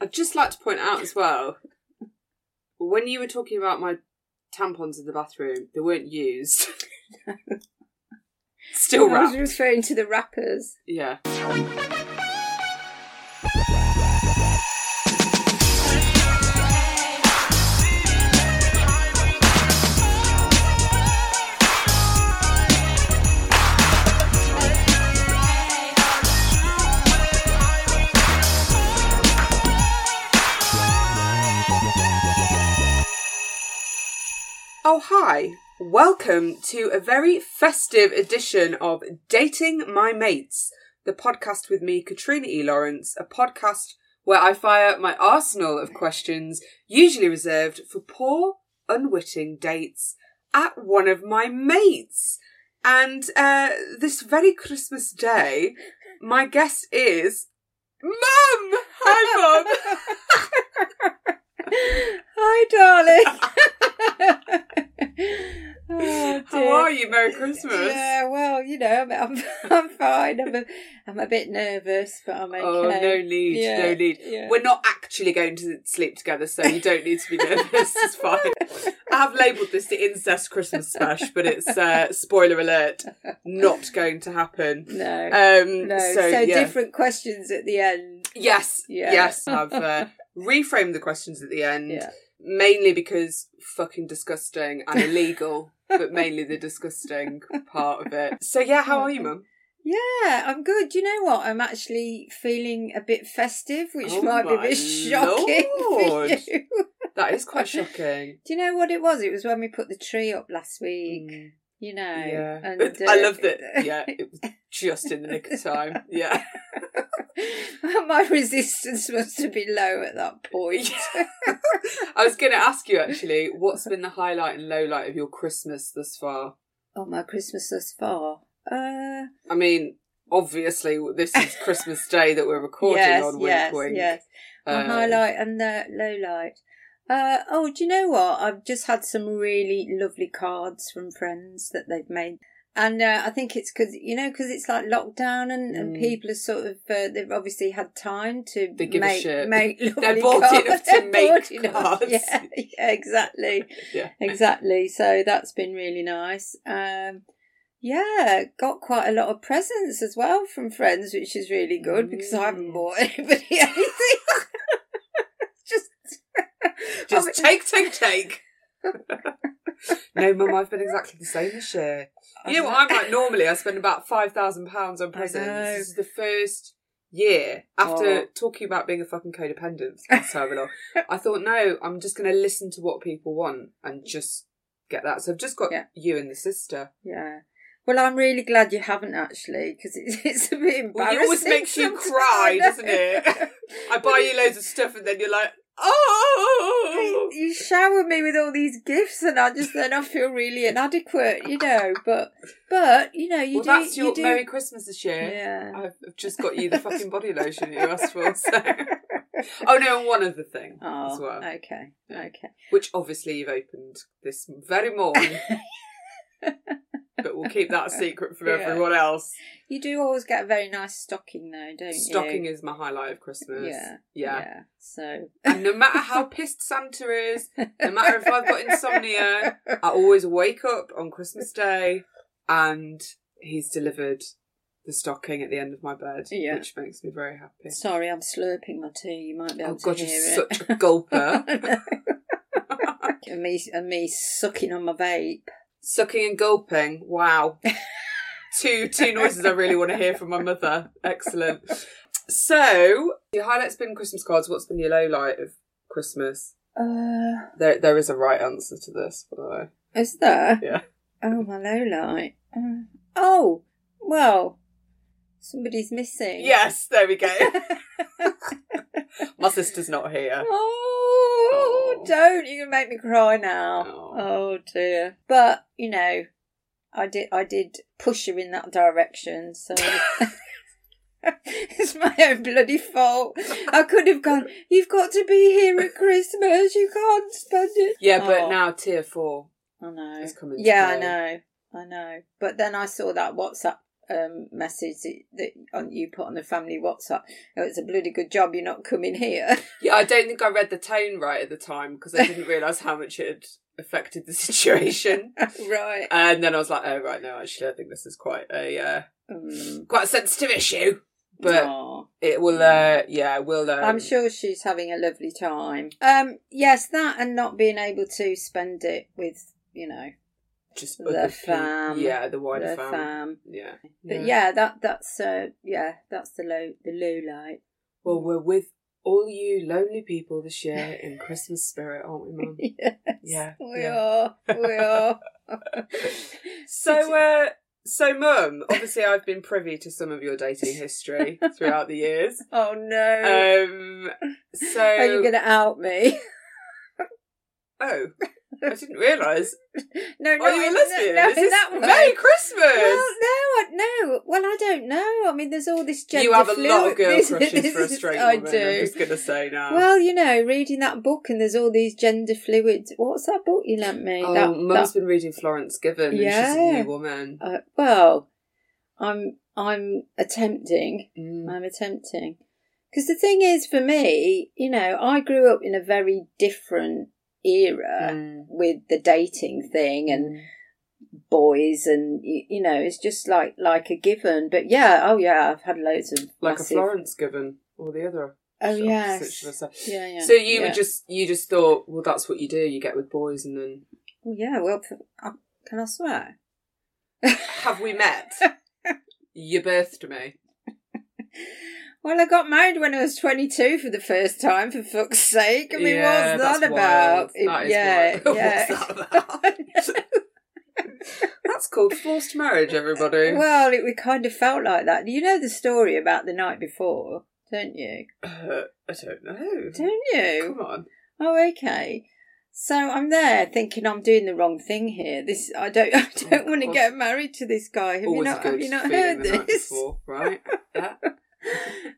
I'd just like to point out as well when you were talking about my tampons in the bathroom, they weren't used. Still I was wrapped. referring to the wrappers. Yeah. Oh, hi. Welcome to a very festive edition of Dating My Mates, the podcast with me, Katrina E. Lawrence, a podcast where I fire my arsenal of questions, usually reserved for poor, unwitting dates, at one of my mates. And uh, this very Christmas day, my guest is Mum! Hi, Mum! Hi, darling. oh, How dear. are you? Merry Christmas! Yeah, well, you know, I'm, I'm, I'm fine. I'm a, I'm a bit nervous, but I'm okay. Oh, no need, Yeah, no need. yeah. We're not actually going to sleep together, so you don't need to be nervous. it's fine. I have labelled this the incest Christmas smash, but it's uh, spoiler alert, not going to happen. no, Um, no. So, So, yeah. different questions at the end. Yes, Yeah. yes. I've uh, reframed the questions at the end, Yeah. mainly because fucking disgusting and illegal, but mainly the disgusting part of it. So yeah, how are you, mum? Yeah, I'm good. You know what? I'm actually feeling a bit festive, which Oh might be a my bit shocking lord. for you. That is quite shocking. Do you know what it was? It was when we put the tree up last week. Mm. You know, Yeah. and I uh, love that. Yeah, it was just in the nick of time. Yeah. My resistance must have been low at that point. I was going to ask you actually, what's been the highlight and low light of your Christmas thus far? oh, my Christmas thus far. Uh, I mean, obviously, this is Christmas Day that we're recording yes, on. Wink, yes, wink. yes. My Um, highlight and the low light. Uh, oh, do you know what? I've just had some really lovely cards from friends that they've made. And uh, I think it's because, you know, because it's like lockdown and, and Mm. people are sort of, uh, they've obviously had time to They give a make, shit. make lovely They're bored cards. enough to They're make bored enough. cards. Yeah, yeah, exactly. Yeah. Exactly. So that's been really nice. Um, yeah, got quite a lot of presents as well from friends, which is really good because I haven't Mm. bought anybody anything. Just, Just I mean- take, take, take. no, Mum, I've been exactly the same this year. You know what I'm like? Normally, I spend about £5,000 on presents. know. This is the first year after Oh. talking about being a fucking codependent. That's terrible. I thought, no, I'm just going to listen to what people want and just get that. So I've just got Yeah. you and the sister. Yeah. Well, I'm really glad you haven't actually, because it's, it's a bit embarrassing. Well, it always makes you sometimes. cry, doesn't it? I buy you loads of stuff and then you're like, oh. you shower me with all these gifts, and I just then I feel really inadequate, you know. But but you know you well, do that's you your do Merry Christmas this year. yeah. I've I've just got you the fucking body lotion that you asked for. So. Oh no, and one other thing Oh, as well, okay, Yeah. okay. which obviously you've opened this very morning, but we'll keep that a secret from Yeah. everyone else. You do always get a very nice stocking, though, don't Stocking you? is my highlight of Christmas. Yeah, yeah. So And no matter how pissed Santa is, no matter if I've got insomnia, I always wake up on Christmas Day and he's delivered the stocking at the end of my bed, Yeah. which makes me very happy. sorry, I'm slurping my tea. You might be able oh god, to you're hear it. such a gulper. and me and me sucking on my vape. Sucking and gulping. Wow. two two noises I really want to hear from my mother. Excellent. So your highlight's been Christmas cards. What's been your low light of Christmas? Uh, There there is a right answer to this, by the way. is there? Yeah. Oh my low light. Uh, oh well, somebody's missing. Yes, there we go. my sister's not here. Oh, Oh. don't you make me cry now? Oh. Oh. dear. But you know, I did. I did push her in that direction. So it's my own bloody fault. I could have gone. You've got to be here at Christmas. You can't spend it. Yeah, but Oh. now tier four. I know. It's coming to Yeah, I play. know. I know. But then I saw that WhatsApp um, message that, that on, you put on the family WhatsApp. Oh, it's a bloody good job you're not coming here. Yeah, I don't think I read the tone right at the time because I didn't realise how much it had affected the situation. right. And then I was like, oh, right, no, actually, I think this is quite a uh, Um, quite a sensitive issue. But aw. it will, uh, yeah, we'll. Um, I'm sure she's having a lovely time. Um, yes, that and not being able to spend it with you know just the other peo- fam, Yeah, the wider the fam. fam. Yeah. But yeah, that that's uh, yeah, that's the low the low light. Well, we're with all you lonely people this year in Christmas spirit, aren't we, Mum? yes, Yeah, we yeah. are, we are. So, uh, so Mum, obviously, I've been privy to some of your dating history throughout the years. oh no, Um, so are you gonna out me? oh, I didn't realise. no, no, Are you a lesbian? No, This in is that way. Merry Christmas. Well, no, I, no. Well, I don't know. I mean, there's all this gender you have a lot fluid- of girl this- crushes this for a is- straight I woman. do. I'm just gonna say now. Well, you know, reading that book and there's all these gender fluid. What's that book you lent me? Oh, that, Mum's that- been reading Florence Given, and she's Yeah. a new woman. uh, well, I'm I'm attempting. Mm. I'm attempting because the thing is, for me, you know, I grew up in a very different era Mm. with the dating thing and boys, and y- you know, it's just like like a given. But yeah, oh yeah, I've had loads of like massive- a Florence Given or the other. Oh should- yes. should I say. Yeah, yeah. So you yeah. were just you just thought, well, that's what you do. You get with boys, and then Well, yeah. Well, I- can I swear? have we met? you birthed me. Well, I got married when I was 22 for the first time, for fuck's sake. I mean, Yeah, what's that that's about? wild. That is yeah, wild. yeah. What's that about? that's called forced marriage, everybody. well, it, we kind of felt like that. You know the story about the night before, don't you? Uh, I don't know. Don't you? Come on. Oh, okay. So I'm there thinking I'm doing the wrong thing here. This I don't I don't Oh, want to God. get married to this guy. Have you Always not a have good you not feeling heard the night this? before, right? Yeah.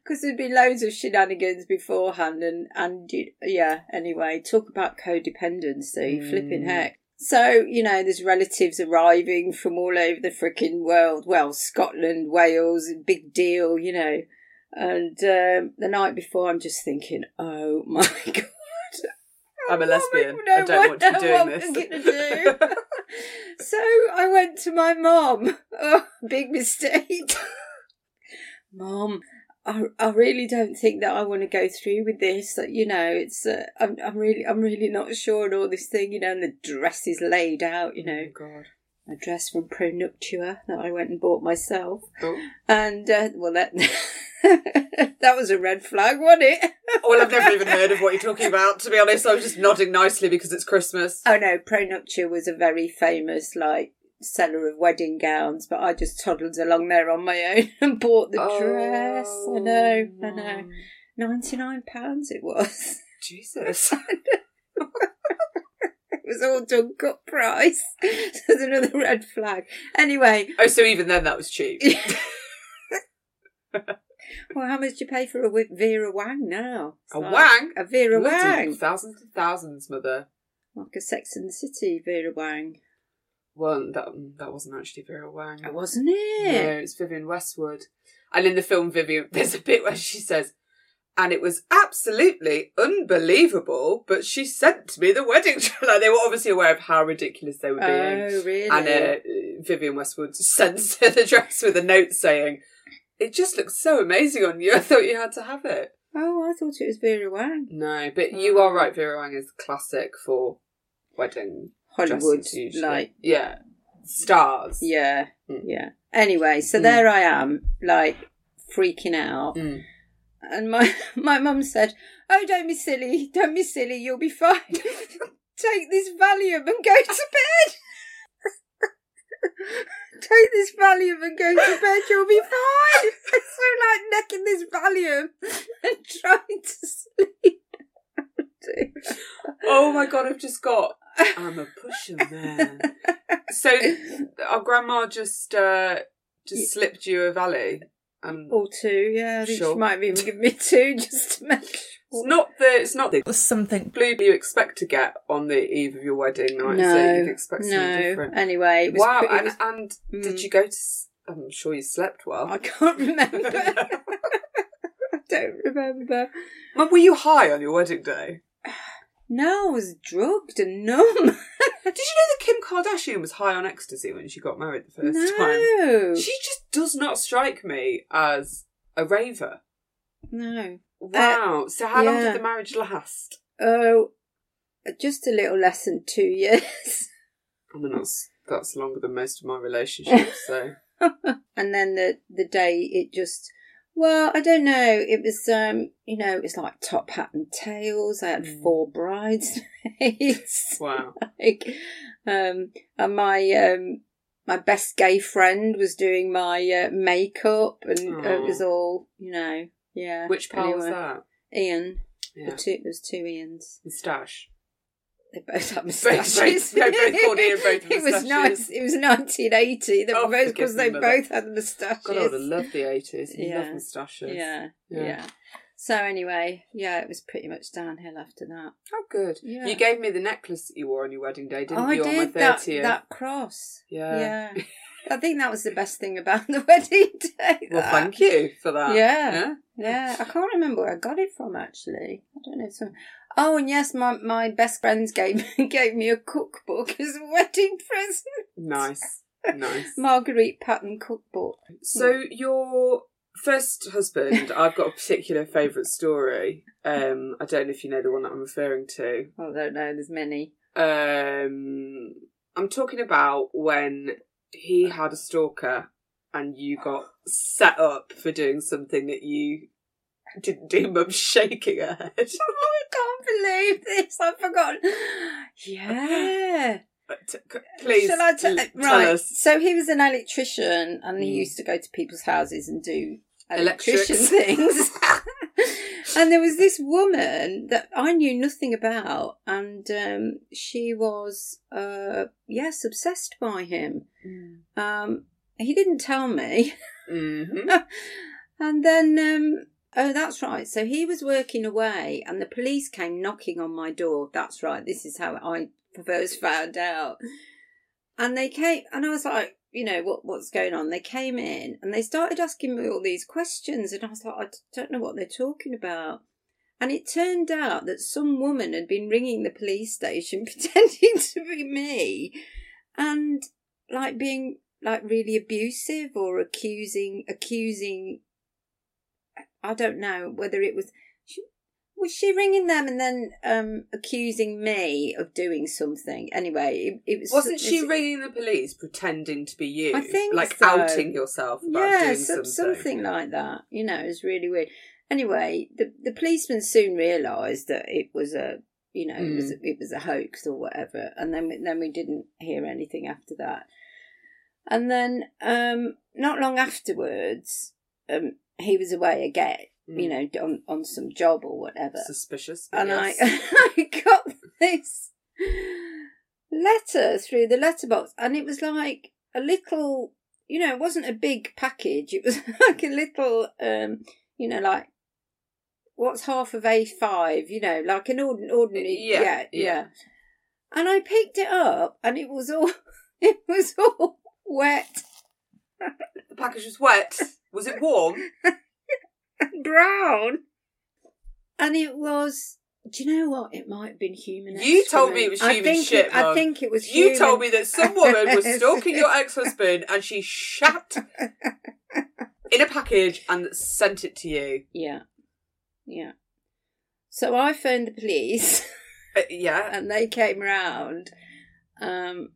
Because there'd be loads of shenanigans beforehand, and and you- yeah. Anyway, talk about codependency, Mm. flipping heck. So you know, there's relatives arriving from all over the freaking world. Well, Scotland, Wales, big deal, you know. And um, the night before, I'm just thinking, oh my god. I'm a What am lesbian. no, I don't want to be doing what- what am I this. gonna do? So I went to my mom. Oh, big mistake. mom, I, I really don't think that I want to go through with this. That you know, it's uh, I'm I'm really I'm really not sure and all this thing. You know, and the dress is laid out. You know, Oh, God. a dress from Pronuptua that I went and bought myself. Oh. And uh, well, that that was a red flag, wasn't it? Oh, Well, I've never even heard of what you're talking about. To be honest, I was just nodding nicely because it's Christmas. Oh no, Pronuptia was a very famous like seller of wedding gowns, but I just toddled along there on my own and bought the dress. Oh, I know, I know. Ninety nine pounds it was. Jesus. It was all done cut price. So There's another red flag. Anyway, Oh, so even then that was cheap. well, how much do you pay for a wi- Vera Wang now? It's A like- wang? A Vera Bloody Wang, Thousands and thousands, mother. like a Sex and the City Vera Wang. Well, that that wasn't actually Vera Wang. Oh, wasn't it? No, it's Vivian Westwood. And in the film Vivian, there's a bit where she says, and it was absolutely unbelievable, but she sent me the wedding. dress." like they were obviously aware of how ridiculous they were being. Oh, really? And uh, Vivian Westwood sends her the dress with a note saying, it just looks so amazing on you. I thought you had to have it. oh, I thought it was Vera Wang. No, but you are right. Vera Wang is classic for wedding Hollywood, dresses usually. like yeah, stars. Yeah, Mm. yeah. Anyway, so Mm. there I am, like freaking out, Mm. and my my mum said, "Oh, don't be silly, don't be silly. You'll be fine. Take this Valium and go to bed. Take this Valium and go to bed. You'll be fine." so like necking this Valium and trying to sleep. Oh my god, I've just got. I'm a pushing man. so our grandma just uh just slipped you a valley. Um, Or two, yeah. I think Sure. she might have even given me two just to make sure. it's not the it's not the something blue you expect to get on the eve of your wedding night. so you'd expect something different. Anyway, it was Wow, pretty- it and was- and Mm. did you go to? s- I'm sure you slept well. Oh, I can't remember. I don't remember. Well, were you high on your wedding day? No, I was drugged and numb. Did you know that Kim Kardashian was high on ecstasy when she got married the first time? no. She just does not strike me as a raver. No. Wow. so how long Uh, yeah. did the marriage last? Oh, just a little less than two years. I mean, that's that's longer than most of my relationships. So and then the the day it just well i don't know it was um you know it was like top hat and tails i had Mm. four bridesmaids wow. like um and my um my best gay friend was doing my uh, makeup and uh, it was all you know yeah Which pal was Anyway, that? ian Yeah, the two there's two ians moustache. they both both- had moustaches. yeah, both called Ian, both had it was moustaches. nice. It was 1980. They were Oh, both forgive because me, they mother. both had moustaches. God, I would have loved the eighties. Yeah. Love Yeah. moustaches. Yeah, Yeah. yeah. So anyway, yeah, it was pretty much downhill after that. How good. Yeah. Oh, You gave me the necklace that you wore on your wedding day, didn't I you? on my did that, thirtieth. that cross. yeah. Yeah. I think that was the best thing about the wedding day. Well, that. thank you for that. Uh, Yeah. Yeah, I can't remember where I got it from actually. I don't know. Some... Oh, and yes, my, my best friends gave gave me a cookbook as a wedding present. Nice. Nice. Marguerite Patton cookbook. So your first husband, I've got a particular favourite story. Um, I don't know if you know the one that I'm referring to. I don't know. There's many. Um, I'm talking about when he had a stalker and you got set up for doing something that you didn't do. Mum shaking her head. Oh, I can't believe this. I've forgotten. Yeah. But t- uh, c- Please, Shall I te- l- right. tell us. So he was an electrician and he Mm. used to go to people's houses and do Uh, Electrics. electrician things. and there was this woman that I knew nothing about and um, she was, uh, yes, obsessed by him. Mm. Um, he didn't tell me. Mhm. And then, um, oh, that's right. So he was working away, and the police came knocking on my door. That's right. This is how I first found out. And they came, and I was like, you know, what what's going on? They came in and they started asking me all these questions, and I was like, I don't know what they're talking about. And it turned out that some woman had been ringing the police station pretending to be me and like being like really abusive or accusing accusing i don't know whether it was she, was she ringing them and then um accusing me of doing something anyway it, it was Wasn't she it's- ringing the police, pretending to be you? I think like so. outing yourself about yeah doing some, something. something like that you know it was really weird anyway the the policeman soon realized that it was a you know it was Mm. it was a hoax or whatever and then we- then we didn't hear anything after that and then um not long afterwards um he was away again you know on on some job or whatever Mm. suspicious. but and yes. I, I got this letter through the letterbox, and it was like a little, you know, it wasn't a big package. It was like a little, um, you know, like what's half of A five, you know, like an ordinary, ordinary, Yeah, yeah, yeah, yeah. And I picked it up, and it was all, it was all wet the package was wet. Was it warm? and brown, and it was. Do you know what? It might have been human. You told excrement. me it was I human think shit, It, Mum. I think it was. You told human- me that some woman was stalking your ex-husband and she shat in a package and sent it to you. Yeah. Yeah. So I phoned the police Uh, yeah. and they came round. Um,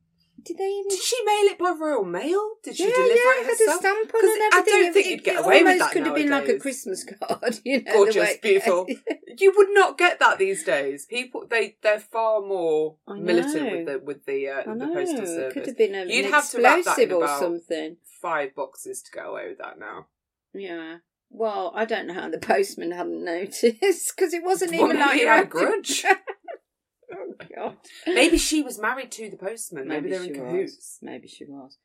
did they even? Did she mail it by royal mail? Did she yeah, deliver yeah, it it had a herself? stamp on 'Cause and I everything. don't It- think it- you'd get it away with almost that could have been like a nowadays. Christmas card, you know. the Gorgeous, way- beautiful. You would not get that these days. People they they're far more I militant with know. the with the I uh, the know. postal It could service. have been a, You'd an have to wrap that in explosive or about- something. Five boxes to get away with that now. Yeah. Well, I don't know how the postman hadn't noticed because it wasn't Well, even maybe like he you had a had to- grudge. oh God. Maybe she was married to the postman. Maybe, they're in she cahoots. was. Maybe she was.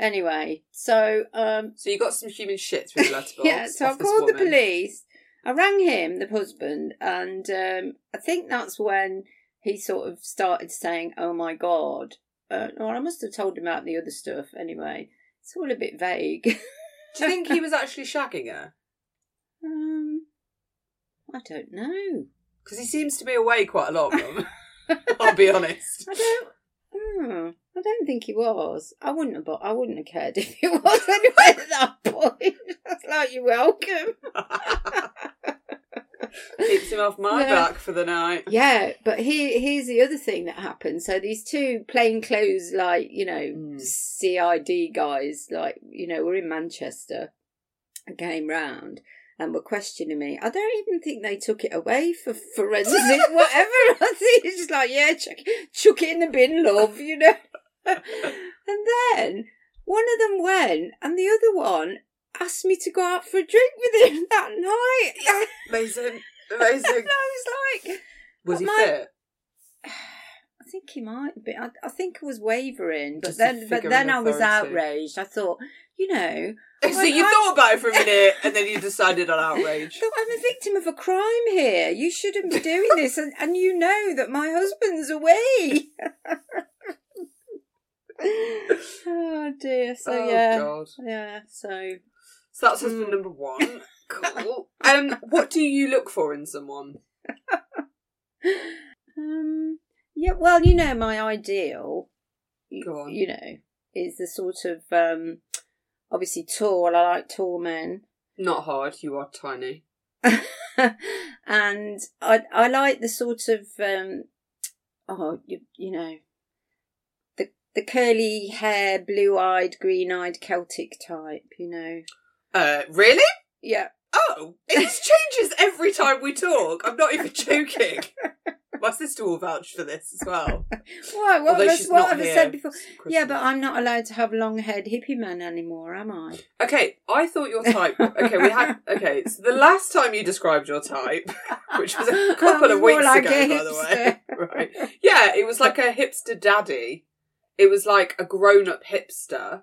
Anyway, so um, So you got some human shit through the letterbox. yeah, so I off this called the woman. police. I rang him, the husband, and um, I think that's when he sort of started saying, "Oh my god!" Uh, or I must have told him about the other stuff anyway. It's all a bit vague. Do you think he was actually shagging her? Um, I don't know. Because he seems to be away quite a lot of them. I'll be honest. I don't. Oh, I don't think he was. I wouldn't have. Bought, I wouldn't have cared if he was anyway at that point. That's like you're welcome. Keeps him off my No. back for the night. Yeah, but here, here's the other thing that happened. So these two plainclothes, like you know, Mm. CID guys, like you know, were in Manchester, and came round and were questioning me. I don't even think they took it away for forensic, whatever. I think it's just like, yeah, chuck, chuck it in the bin, love, you know. and then one of them went, and the other one asked me to go out for a drink with him that night. Amazing. and Amazing. I was like. Was he My- fit? I think he might be. I, I think I was wavering, but Just a then but figure then of I was authority. outraged. I thought, you know, so you I- thought about it for a minute and then you decided on outrage. look, I'm a victim of a crime here. You shouldn't be doing this, and, and you know that my husband's away. oh dear. So oh, yeah, God. yeah. So So that's husband Mm. number one. Cool. um, what do you look for in someone? um, yeah. Well, you know, my ideal, you, Go on. you know, is the sort of um, obviously tall. I like tall men. Not hard. You are tiny. and I I like the sort of um oh you, you know the the curly hair, blue eyed, green eyed Celtic type, you know. Uh, really? Yeah. Oh, it just changes every time we talk. I'm not even joking. My sister will vouch for this as well. Why? What Although have, I, she's what not have I here. said before? Christmas. Yeah, but I'm not allowed to have long haired hippie man anymore, am I? Okay, I thought your type. Okay, we had. Okay, so the last time you described your type, which was a couple I was of weeks more like ago, a by the way. hipster. Right. Yeah, it was like a hipster daddy. It was like a grown up hipster.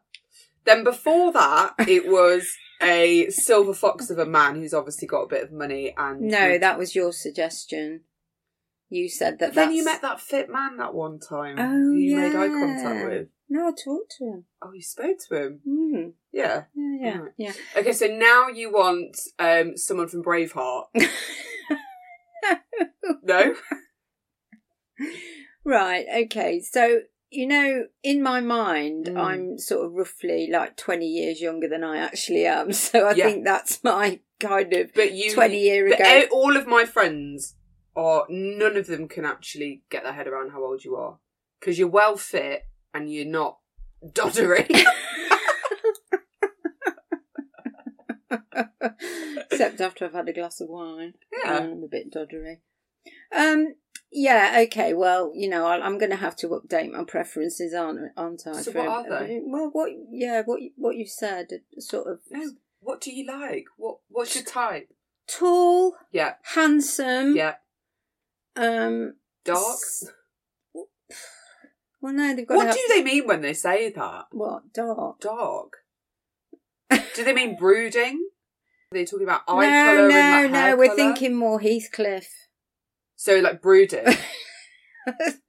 Then before that, it was a silver fox of a man who's obviously got a bit of money and. No, that was your suggestion. You said that But then that's... you met that fit man that one time Oh, who you made eye yeah. contact with. No, I talked to him. Oh, you spoke to him. Mm. Yeah. Yeah, yeah, Right. yeah. Okay, so now you want um, someone from Braveheart. No? Right, okay. So, you know, in my mind, Mm. I'm sort of roughly like 20 years younger than I actually am. So I Yeah. think that's my kind of But you 20 year but ago. e- all of my friends are none of them can actually get their head around how old you are because you're well fit and you're not doddery. Except after I've had a glass of wine. oh yeah. I'm a bit doddery. Um, yeah, okay. Well, you know, I'll, I'm going to have to update my preferences, aren't, aren't I? So for what are ev- they? Well, what, yeah, what, you- what you said, uh, sort of No. What do you like? What What's your type? tall, Yeah. handsome, Yeah. um, Dark. Hmm? S- Well, no, they've got. to What have, do they mean when they say that? What dark? Dark. do they mean brooding? Are they talking about eye color no, no, and like, no. hair We're colour? thinking more Heathcliff so like brooding.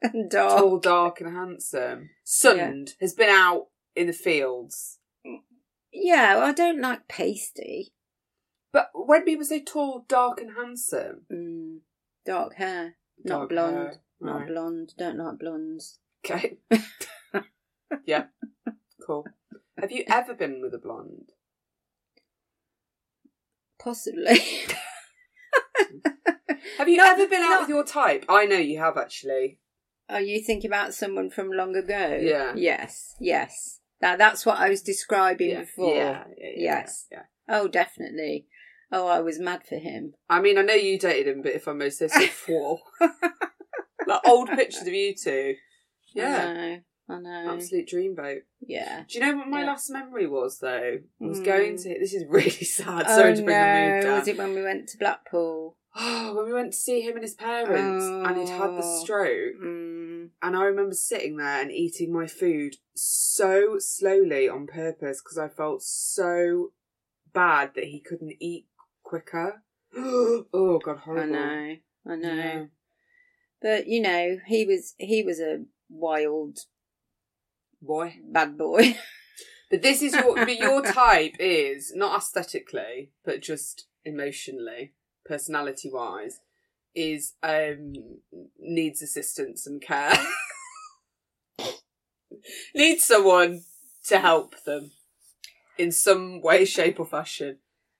and dark. tall, dark, and handsome. Sunned has been out in the fields. Yeah, I don't like pasty. But when people say tall, dark, and handsome, Mm, dark hair, not dark blonde. hair, Not right. blonde. Don't like blondes. Okay. yeah. Cool. Have you ever been with a blonde? Possibly. Have you No, ever been out no. with your type? I know you have actually. Are you thinking about someone from long ago? Yeah. Yes. Yes. Now that's what I was describing before. yeah, yeah, Yes. yeah. Oh, definitely. Oh, I was mad for him. I mean, I know you dated him, but if I'm most honest, four. like old pictures of you two. Yeah. I know. I know. Absolute dreamboat. Yeah. Do you know what my Yeah. last memory was though? I was Mm. going to. This is really sad. Sorry to bring the mood down. Oh, Was it when we went to Blackpool? Oh, when we went to see him and his parents, and he'd had the Oh. stroke, Mm. and I remember sitting there and eating my food so slowly on purpose because I felt so bad that he couldn't eat quicker. oh God, I horrible! know. I know. Yeah. But you know, he was he was a wild boy. bad boy. But this is your but your type is not aesthetically, but just emotionally, personality wise, is um needs assistance and care. needs someone to help them in some way, shape or fashion.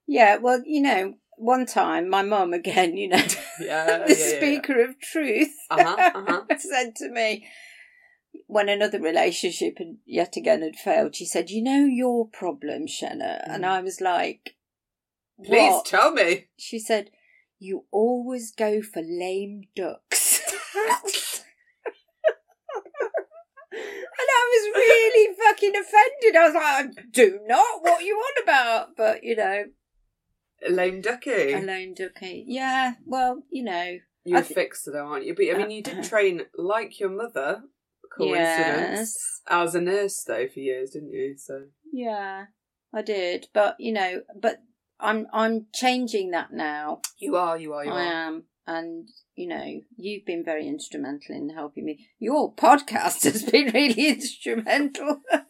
Yeah, well, you know, one time my mum again, you know, Yeah. the yeah, yeah, speaker of truth Yeah. Uh-huh, uh-huh. said to me when another relationship had yet again had failed, she said, You know your problem, Shenna and Mm. I was like Please "What?" tell me. She said, You always go for lame ducks. and I was really fucking offended. I was like, I do not what you on about. But, you know, Lame ducky. a lame ducky. Yeah, well, you know. You're I a thi- fixer though, aren't you? But I mean you did train like your mother, coincidence. Yes. I was a nurse though for years, didn't you? So Yeah, I did. But, you know, but I'm I'm changing that now. you are, you are, you I are. am. Um, And, you know, you've been very instrumental in helping me. Your podcast has been really instrumental.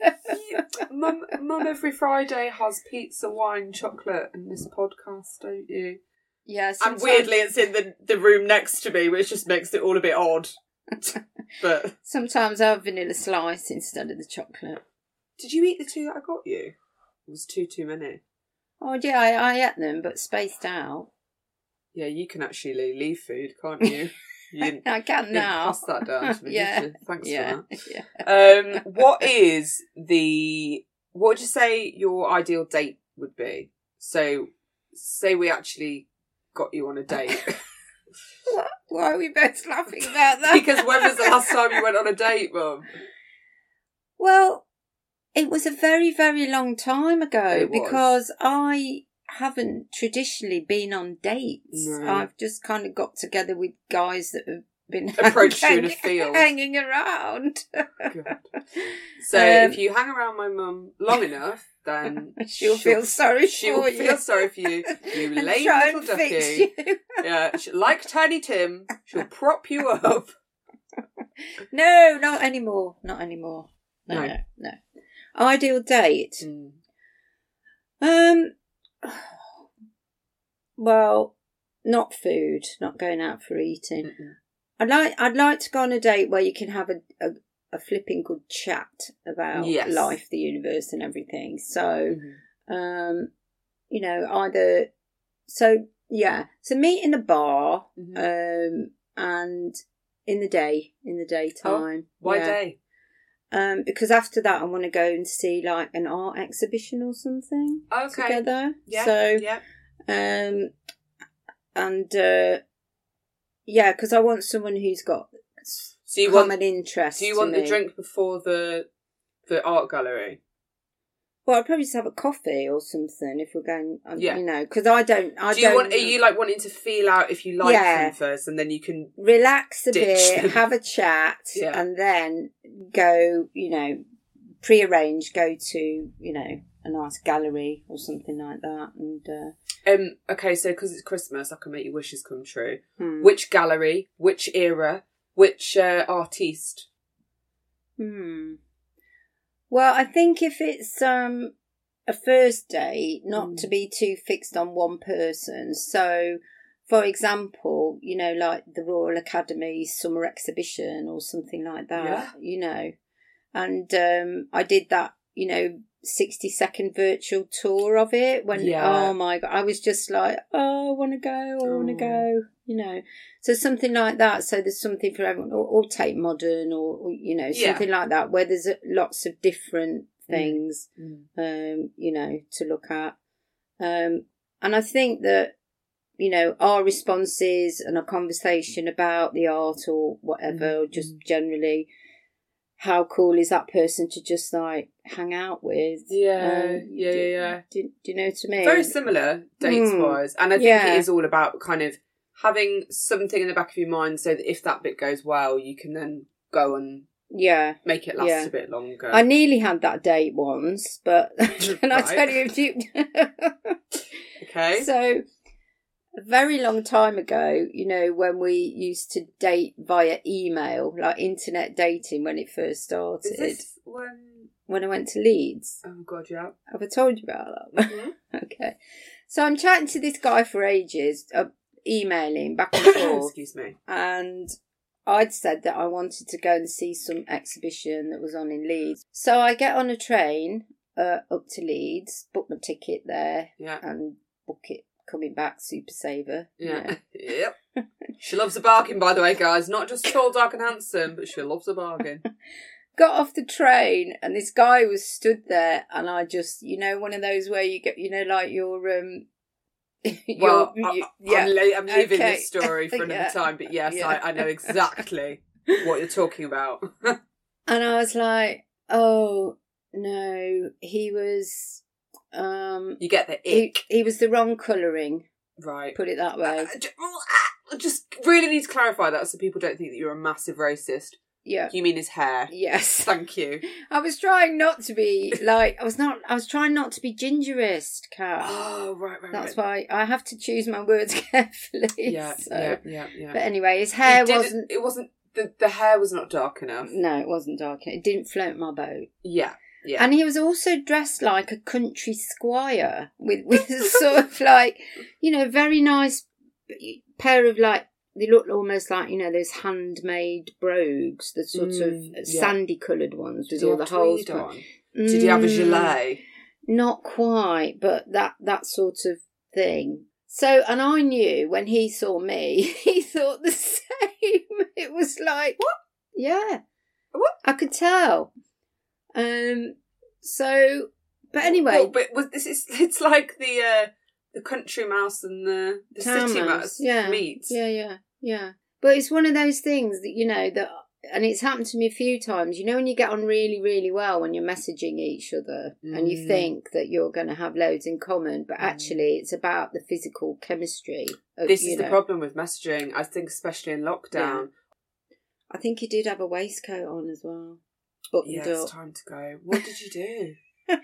Mum, mum, every Friday has pizza, wine, chocolate, and this podcast, don't you? Yeah, And sometimes- weirdly, it's in the the room next to me, which just makes it all a bit odd. but sometimes I have vanilla slice instead of the chocolate. did you eat the two that I got you? It was too too many. Oh yeah, I, I ate them, but spaced out. Yeah, you can actually leave food, can't you? you didn't- I can didn't now. pass that down to me, did Yeah. you? Thanks Yeah, for yeah. that. Um, what is the what would you say your ideal date would be? So, say we actually got you on a date. What? Why are we both laughing about that? because when was the last time you went on a date, Mum? Well, it was a very, very long time ago It was. because I haven't traditionally been on dates. No. I've just kind of got together with guys that have been Approached you in a hanging- field. hanging around. God. So Um, if you hang around my mum long enough, then She'll feel sorry she for will you. feel sorry for you. You and lame try little and fix ducky. you. Yeah, she, like Tiny Tim, she'll prop you up. No, not anymore. Not anymore. No, No. no, no. Ideal date. Mm. Um. Well, not food. Not going out for eating. Mm-mm. I'd like. I'd like to go on a date where you can have a a, a flipping good chat about Yes. life, the universe, and everything. So, Mhm. um, you know, either. So yeah, so meet in a bar, Mhm. um, and in the day, in the daytime. Oh, Why yeah. day? Um, because after that, I want to go and see like an art exhibition or something Okay. together. Yeah. So, yeah. um, and uh, yeah, because I want someone who's got s- So you common want? interest. Do you to want the me. drink before the the art gallery? Well, I'd probably just have a coffee or something if we're going. Um, Yeah. you know, because I don't. I do you not want? Are you like wanting to feel out if you like Yeah. them first, and then you can? relax a Ditch them. bit, have a chat, Yeah. and then go, you know, pre-arrange, go to, you know, a nice gallery or something like that. And uh, Um. Okay. So because it's Christmas, I can make your wishes come true. hmm. which gallery, which era, which uh, artiste. Hmm. Well, I think if it's um a first date, not Mm. to be too fixed on one person. So, for example, you know, like the Royal Academy summer exhibition or something like that. Yeah. You know, and um, I did that. You know. 60 second virtual tour of it when Yeah. oh my god i was just like oh i want to go i want to Oh. go you know so something like that. So there's something for everyone, or, or Tate Modern, or, or, you know Yeah. something like that, where there's a- lots of different Mm. things, um, you know, to look at. Um, and I think that you know our responses and our conversation about the art or whatever, Mm-hmm. or just generally, how cool is that person to just like hang out with? Yeah, Um, yeah, do, yeah, yeah. Do, do you know what I mean? Very similar dates Mm. wise, and I think Yeah. it is all about kind of having something in the back of your mind so that if that bit goes well, you can then go and yeah. make it last Yeah. a bit longer. I nearly had that date once, but can I Right. tell you? If you okay. so, a very long time ago, you know, when we used to date via email, like internet dating when it first started, Is this when? when I went to Leeds. Oh god, yeah. Have I told you about that? Mhm. okay. So I'm chatting to this guy for ages, uh, emailing back and forth. Excuse me. and I'd said that I wanted to go and see some exhibition that was on in Leeds. So I get on a train uh, up to Leeds, book my ticket there, Yeah. and book it coming back, super saver. you know. Yeah. yep. She loves a bargain, by the way, guys. Not just tall, dark, and handsome, but she loves a bargain. Got off the train, and this guy was stood there, and I just, you know, one of those where you get, you know, like your um. Well, your- I, you- am I'm leaving Okay. this story for another Yeah. time, but yes, Yeah. I, I know exactly what you're talking about. And I was like, oh no, he was um you get the he, ick, he was the wrong colouring, right? put it that way. I ju- I just really need to clarify that so people don't think that you're a massive racist. Yeah. You mean his hair? Yes. Thank you. I was trying not to be like I was not I was trying not to be gingerist, Cat. Oh, right, right, Ah, That's right. why I have to choose my words carefully. Yeah, so. yeah, yeah, yeah. But anyway, his It hair didn't- wasn't Mm. It wasn't. The, the hair was not dark enough. No, it wasn't dark. It didn't float my boat. Yeah, yeah. And he was also dressed like a country squire with with a sort of like, you know, very nice pair of like they looked almost like you know those handmade brogues, the sort Mm, yeah. of sandy coloured ones with Did he all have the holes. tweed on? but- Did he have a Mm, gilet? Not quite, but that that sort of thing. So, and I knew when he saw me, he thought the same. It was like, what? Yeah, What? I could tell. Um. So, but anyway, Well, but was, this is it's like the uh, the country mouse and the, the Town city mouse, mouse yeah, meets. Yeah, yeah, yeah. But it's one of those things that you know that, and it's happened to me a few times. You know, when you get on really, really well when you're messaging each other, and you Mm. think that you're going to have loads in common, but Mm. actually, it's about the physical chemistry. Of, This you is know. the problem with messaging. I think, especially in lockdown. I think he did have a waistcoat on as well, buttoned Yeah, up. it's time to go. What did you do?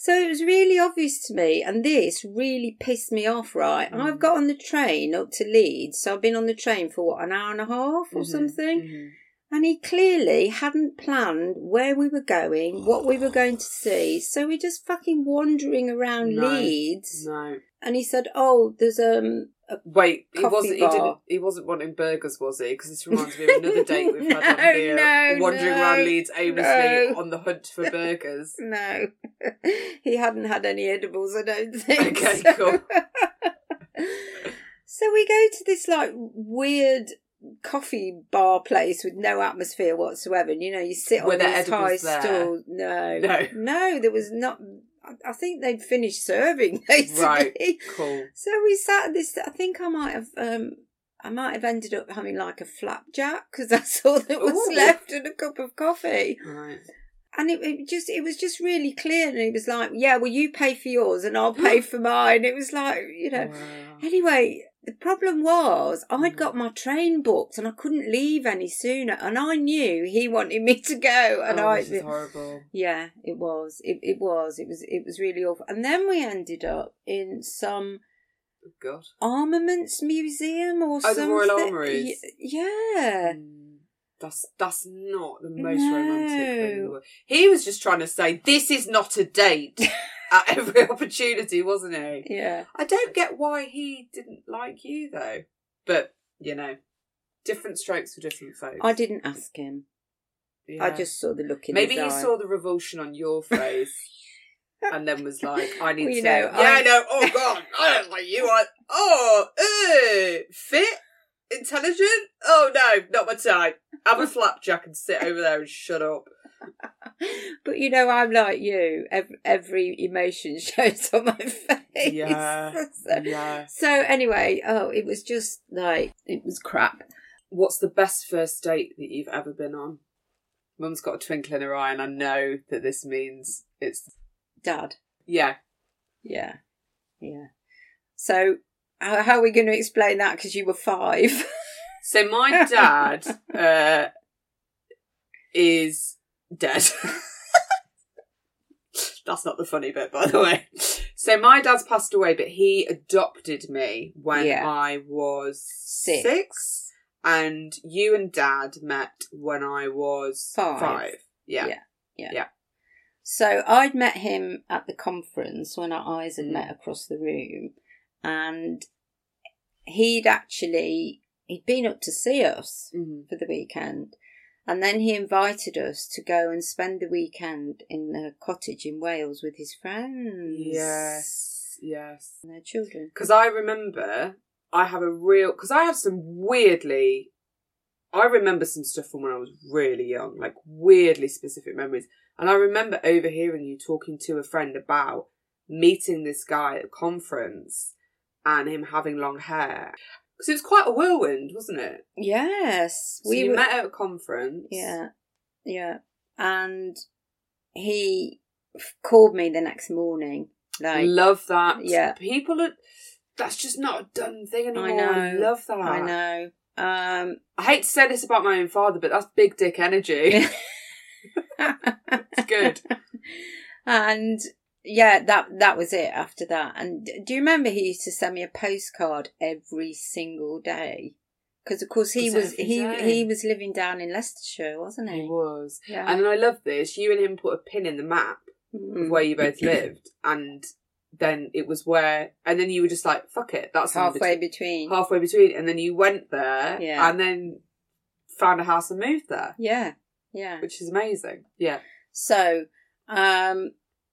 So it was really obvious to me, and this really pissed me off, right? Mm. I've got on the train up to Leeds, so I've been on the train for what, an hour and a half or Mhm, something? mhm. And he clearly hadn't planned where we were going, what we were going to see. So we're just fucking wandering around No, Leeds. Mm-hmm. No, And he said, "Oh, there's um." a-" wait. He Coffee wasn't. bar. He didn't. He wasn't wanting burgers, was he? Because this reminds me of another date we've had No, on here, no, wandering no, around Leeds aimlessly no. on the hunt for burgers. No, he hadn't had any edibles. I don't think. Okay, so. cool. so we go to this like weird coffee bar place with no atmosphere whatsoever. And you know, you sit Were on there these high edibles there? stools. No, No. no, there was not. I- I think they'd finished serving basically. cool. So we sat at this. I think I might have. um I might have ended up having like a flapjack because that's all that was Ooh. left and a cup of coffee. Right. And it, it just, it was just really clear. And he was like, "Yeah, well, you pay for yours and I'll pay for mine." It was like, you know. Wow. Mm-hmm. Anyway, the problem was I'd got my train booked and I couldn't leave any sooner. And I knew he wanted me to go. And oh, I, this is horrible. yeah, it was. It, it was. It was. It was really awful. And then we ended up in some Oh, God. armaments museum Oh, or the something. Royal Armouries. Y- Yeah. Mm, That's that's not the most No. romantic thing in the world. He was just trying to say this is not a date at every opportunity, wasn't he? Yeah. I don't get why he didn't like you though. But you know, different strokes for different folks. I didn't ask him. I Yeah. just saw the look in maybe his he eye. saw the revulsion on your face. And then was like, I need Well, you to. know, yeah, I- I know. Oh God, I don't like you. I oh, uh, fit, intelligent. Oh no, not my type. Have a flapjack and sit over there and shut up. But you know, I'm like you. Every, every emotion shows on my face. Yeah. so, so anyway, oh, it was just like it was crap. What's the best first date that you've ever been on? Mum's got a twinkle in her eye, and I know that this means it's Dad. yeah. Yeah. Yeah. So how, how are we going to explain that? Because you were five. So my dad uh, is dead. That's not the funny bit, by the way. So my dad's passed away, but he adopted me when Yeah. I was Six. six, and you and dad met when I was Five. Yeah. Yeah. So I'd met him at the conference when our eyes had Mm. met across the room, and he'd actually he'd been up to see us Mhm. for the weekend, and then he invited us to go and spend the weekend in a cottage in Wales with his friends. Yes. Yes. and their children. Because I remember I have a real. Because I have some weirdly. I remember some stuff from when I was really young, like weirdly specific memories. And I remember overhearing you talking to a friend about meeting this guy at a conference and him having long hair. Because it was quite a whirlwind, wasn't it? Yes, So you met at a conference. Yeah, yeah. And he f- called me the next morning. I Like, love that. Yeah. People are. That's just not a done thing anymore. I, know. love that. I know. Um, I hate to say this about my own father, but that's big dick energy. it's good. and yeah, that that was it after that. And d- do you remember he used to send me a postcard every single day? Because of course he Was it was every he day? he was living down in Leicestershire, wasn't he? He was. Yeah. And then I love this. You and him put a pin in the map of Mm. where you both lived, and then it was where, and then you were just like, "Fuck it," that's in halfway between- between. halfway between, and then you went there, Yeah. and then found a house and moved there, Yeah, yeah. which is amazing. Yeah, So, um,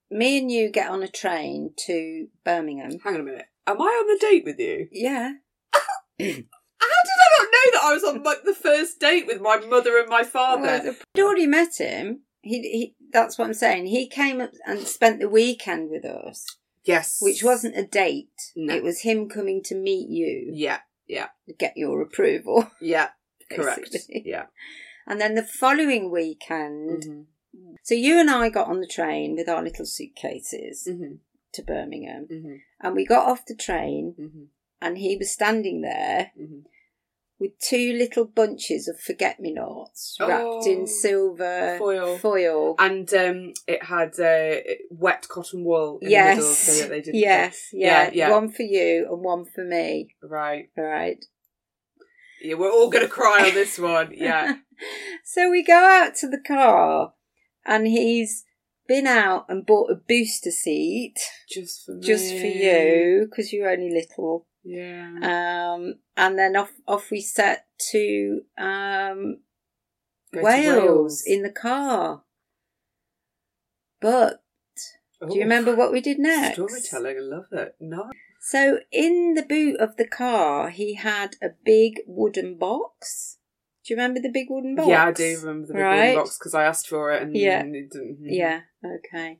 me and you get on a train to Birmingham. hang on a minute. Am I on the date with you? Yeah. How did I not know that I was on like the first date with my mother and my Well, father? the- I'd already met him. He, he, that's what I'm saying. He came up and spent the weekend with us, Yes, which wasn't a date. No. It was him coming to meet you, yeah, get your approval. yeah, correct, basically. Mm-hmm. yeah. And then the following weekend, Mhm. so you and I got on the train with our little suitcases Mhm. to Birmingham, Mhm. and we got off the train, Mhm. and he was standing there Mhm. with two little bunches of forget me nots wrapped Oh. in silver Foil. foil. and um, it had uh, wet cotton wool in the middle so yes. that they didn't yes. Yeah. Yeah, yeah. One for you and one for me. right All right. yeah we're all gonna cry on this one yeah so we go out to the car and he's been out and bought a booster seat just for me. just for you because you're only little. yeah Um, and then off, off we set to, um, Go to Wales, Wales. in the car. But do you remember what we did that? next? storytelling I love it no So in the boot of the car, he had a big wooden box. Do you remember the big wooden box? yeah I do remember the big Right. wooden box because I asked for it and Yeah. it didn't mhm. Yeah. Okay.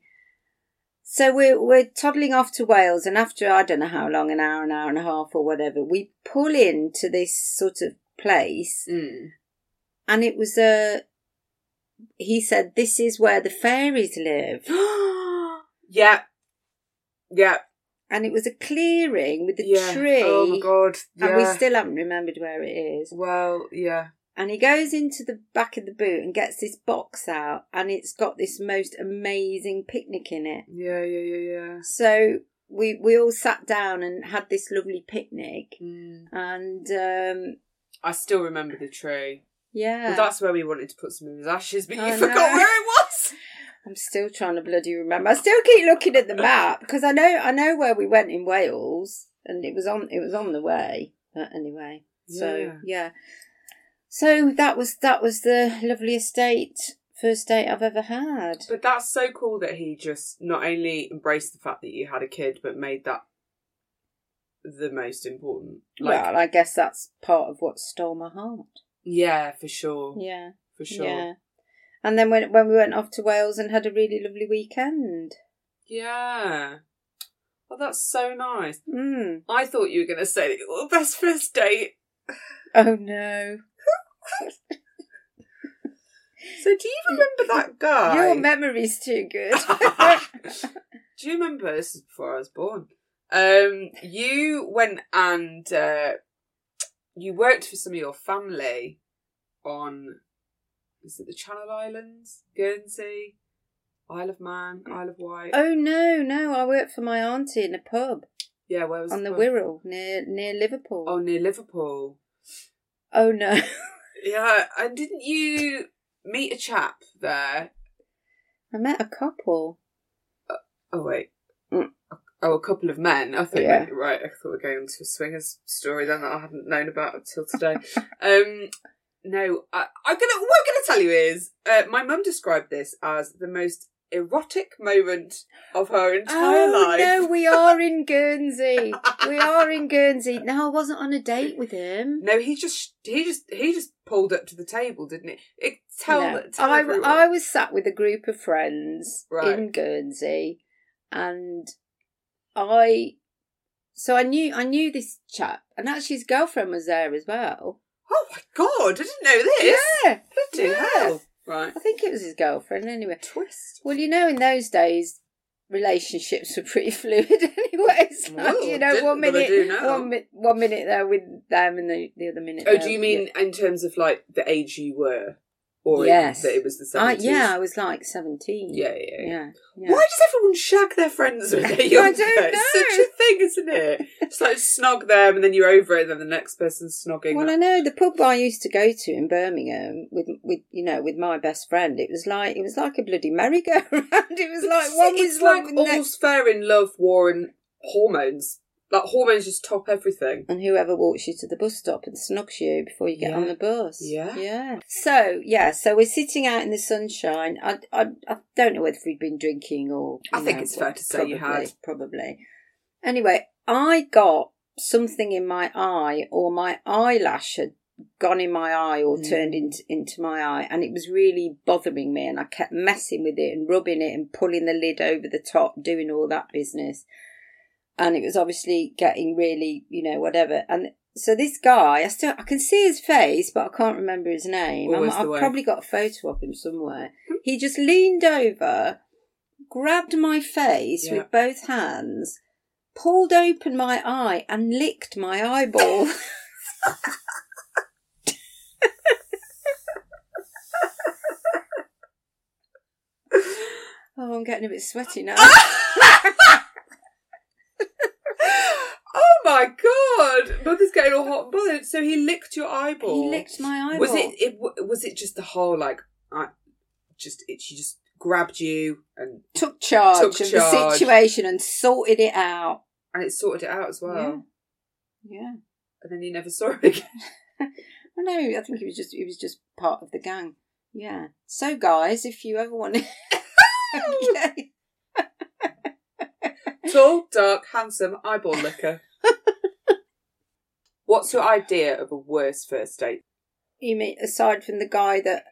So we're we're toddling off to Wales, and after I don't know how long, an hour, an hour and a half, or whatever, we pull into this sort of place, Mm. and it was a. He said, "This is where the fairies live," yeah yeah and it was a clearing with a yeah tree, oh my god yeah. and we still haven't remembered where it is. well yeah And he goes into the back of the boot and gets this box out, and it's got this most amazing picnic in it. yeah yeah yeah yeah So we we all sat down and had this lovely picnic, Mm. and um, I still remember the tree yeah, Well, that's where we wanted to put some of his ashes, but you I forgot know. where it was. I'm still trying to bloody remember. I still keep looking at the map because I know I know where we went in Wales, and it was on it was on the way. But anyway, so Yeah. yeah, so that was that was the loveliest date, first date I've ever had. But that's so cool that he just not only embraced the fact that you had a kid, but made that the most important. Like, well, I guess that's part of what stole my heart. yeah, for sure, Yeah, for sure. Yeah. yeah. And then when when we went off to Wales and had a really lovely weekend. Oh, that's so nice. Mm. I thought you were going to say, "Oh, best first date." Oh no! So, do you remember that guy? Your memory's too good. Do you remember this is before I was born? Um, you went and uh, you worked for some of your family on is it the Channel Islands, Guernsey? Isle of Man, Isle of Wight. Oh no, no! I worked for my auntie in a pub yeah, where was on the pub? Wirral near near Liverpool. Oh, near Liverpool. oh no! Yeah, and didn't you meet a chap there? I met a couple. Oh wait. Mm. Oh, a couple of men. I think Yeah. right. I thought we are going on to a swingers story then that I hadn't known about until today. um, no, I, I'm gonna. What I'm gonna tell you is, uh, my mum described this as the most erotic moment of her entire oh life. no, we are in Guernsey. we are in Guernsey. No, I wasn't on a date with him. No, he just he just he just pulled up to the table, didn't he? It tell, No. tell I, everyone. I was sat with a group of friends Right. in Guernsey, and I, so I knew I knew this chap, and actually his girlfriend was there as well. Oh my god, I didn't know this. Yeah, Bloody yeah. hell. Right. I think it was his girlfriend anyway. Twist. Well, you know, in those days, relationships were pretty fluid anyway. So, Well, you know, didn't, one but I minute, do now. one, mi- one minute there with them, and the, the other minute. Oh, there do you with mean in terms of like the age you were? Or Yes. that it was the 70s? I, yeah, I was like seventeen. Yeah, yeah, yeah. yeah. yeah. Why does everyone shag their friends when they're young? don't though? It's know. such a thing, isn't it? It's like snog them and then you're over it and then the next person's snogging. Well, I know the pub I used to go to in Birmingham with with you know with my best friend. It was like it was like a bloody merry-go-round. It was like one it's was like like all's next, fair in love, war and hormones. Like hormones just top everything. and whoever walks you to the bus stop and snogs you before you get Yeah. on the bus. Yeah. yeah. So yeah, so we're sitting out in the sunshine. I I, I don't know whether we'd been drinking or. I you think know, it's fair to say you probably, had. probably. Anyway, I got something in my eye, or my eyelash had gone in my eye or Mm. turned into, into my eye, and it was really bothering me. And I kept messing with it and rubbing it and pulling the lid over the top, doing all that business. And it was obviously getting really, you know, whatever. And so this guy, I still I can see his face, but I can't remember his name. I'm- Always the I've way. probably got a photo of him somewhere. He just leaned over, grabbed my face Yeah. with both hands, pulled open my eye, and licked my eyeball. oh, I'm getting a bit sweaty now. Ah! Oh my god! Mother's getting all hot and bothered. So he licked your eyeball. he licked my eyeball. Was it, it? w- Was it just the whole like? I just it, she just grabbed you and took charge Took of the charge. situation and sorted it out? and it sorted it out as well. Yeah. Yeah. And then you never saw her again. I know. I think he was just he was just part of the gang. Yeah. So guys, if you ever want to, okay. Tall, dark, handsome, eyeball licker. What's your idea of a worse first date? you mean aside from the guy that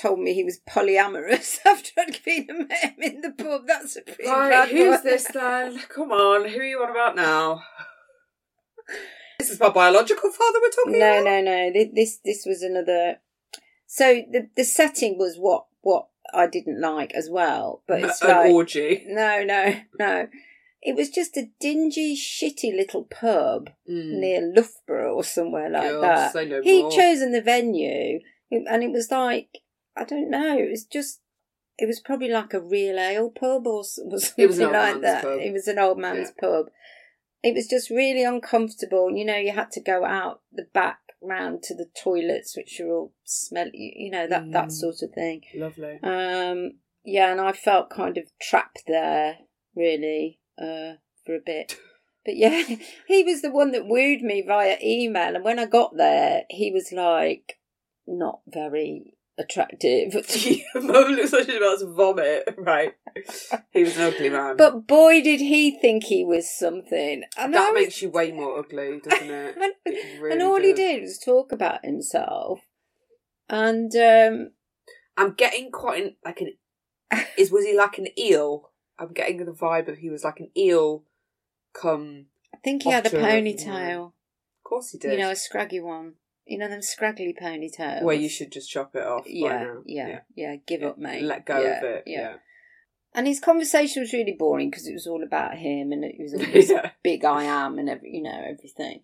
told me he was polyamorous after I'd been and met him in the pub? That's a pretty Right, bad who's one. this then? Come on, who are you on about now? This is my biological father we're talking No, about. no, no. Thi- This this was another. So the the setting was what what I didn't like as well, but it's A- an like orgy. no, no, no. It was just a dingy, shitty little pub Mm. near Loughborough or somewhere like Girl, that. Mm, say no He'd more. chosen the venue, and it was like I don't know. It was just it was probably like a real ale pub or, s- or something It was an old like man's that. pub. It was an old man's pub. It was just really uncomfortable. and You know, you had to go out the back round to the toilets, which were all smelly. You know that that Mm. sort of thing. Lovely. Um, yeah, and I felt kind of trapped there, really, uh, for a bit. But yeah, he was the one that wooed me via email, and when I got there, he was like, not very attractive. Mum looks like she's about to vomit. Right. He was an ugly man. But boy, did he think he was something. And I that was- makes you way more ugly, doesn't it? and, It really and all he does. did was talk about himself. And um, I'm getting quite an, like an. Is was he like an eel? I'm getting the vibe of he was like an eel. Come, I think he had a Otter, ponytail, of course he did. you know, a scraggy one. You know, them scraggly ponytails. Where you should just chop it off. by yeah, now. yeah, yeah, Give up, mate. Let go Yeah, of it. Yeah. And his conversation was really boring because it was all about him and it was all Yeah. this big I am and every, you know everything.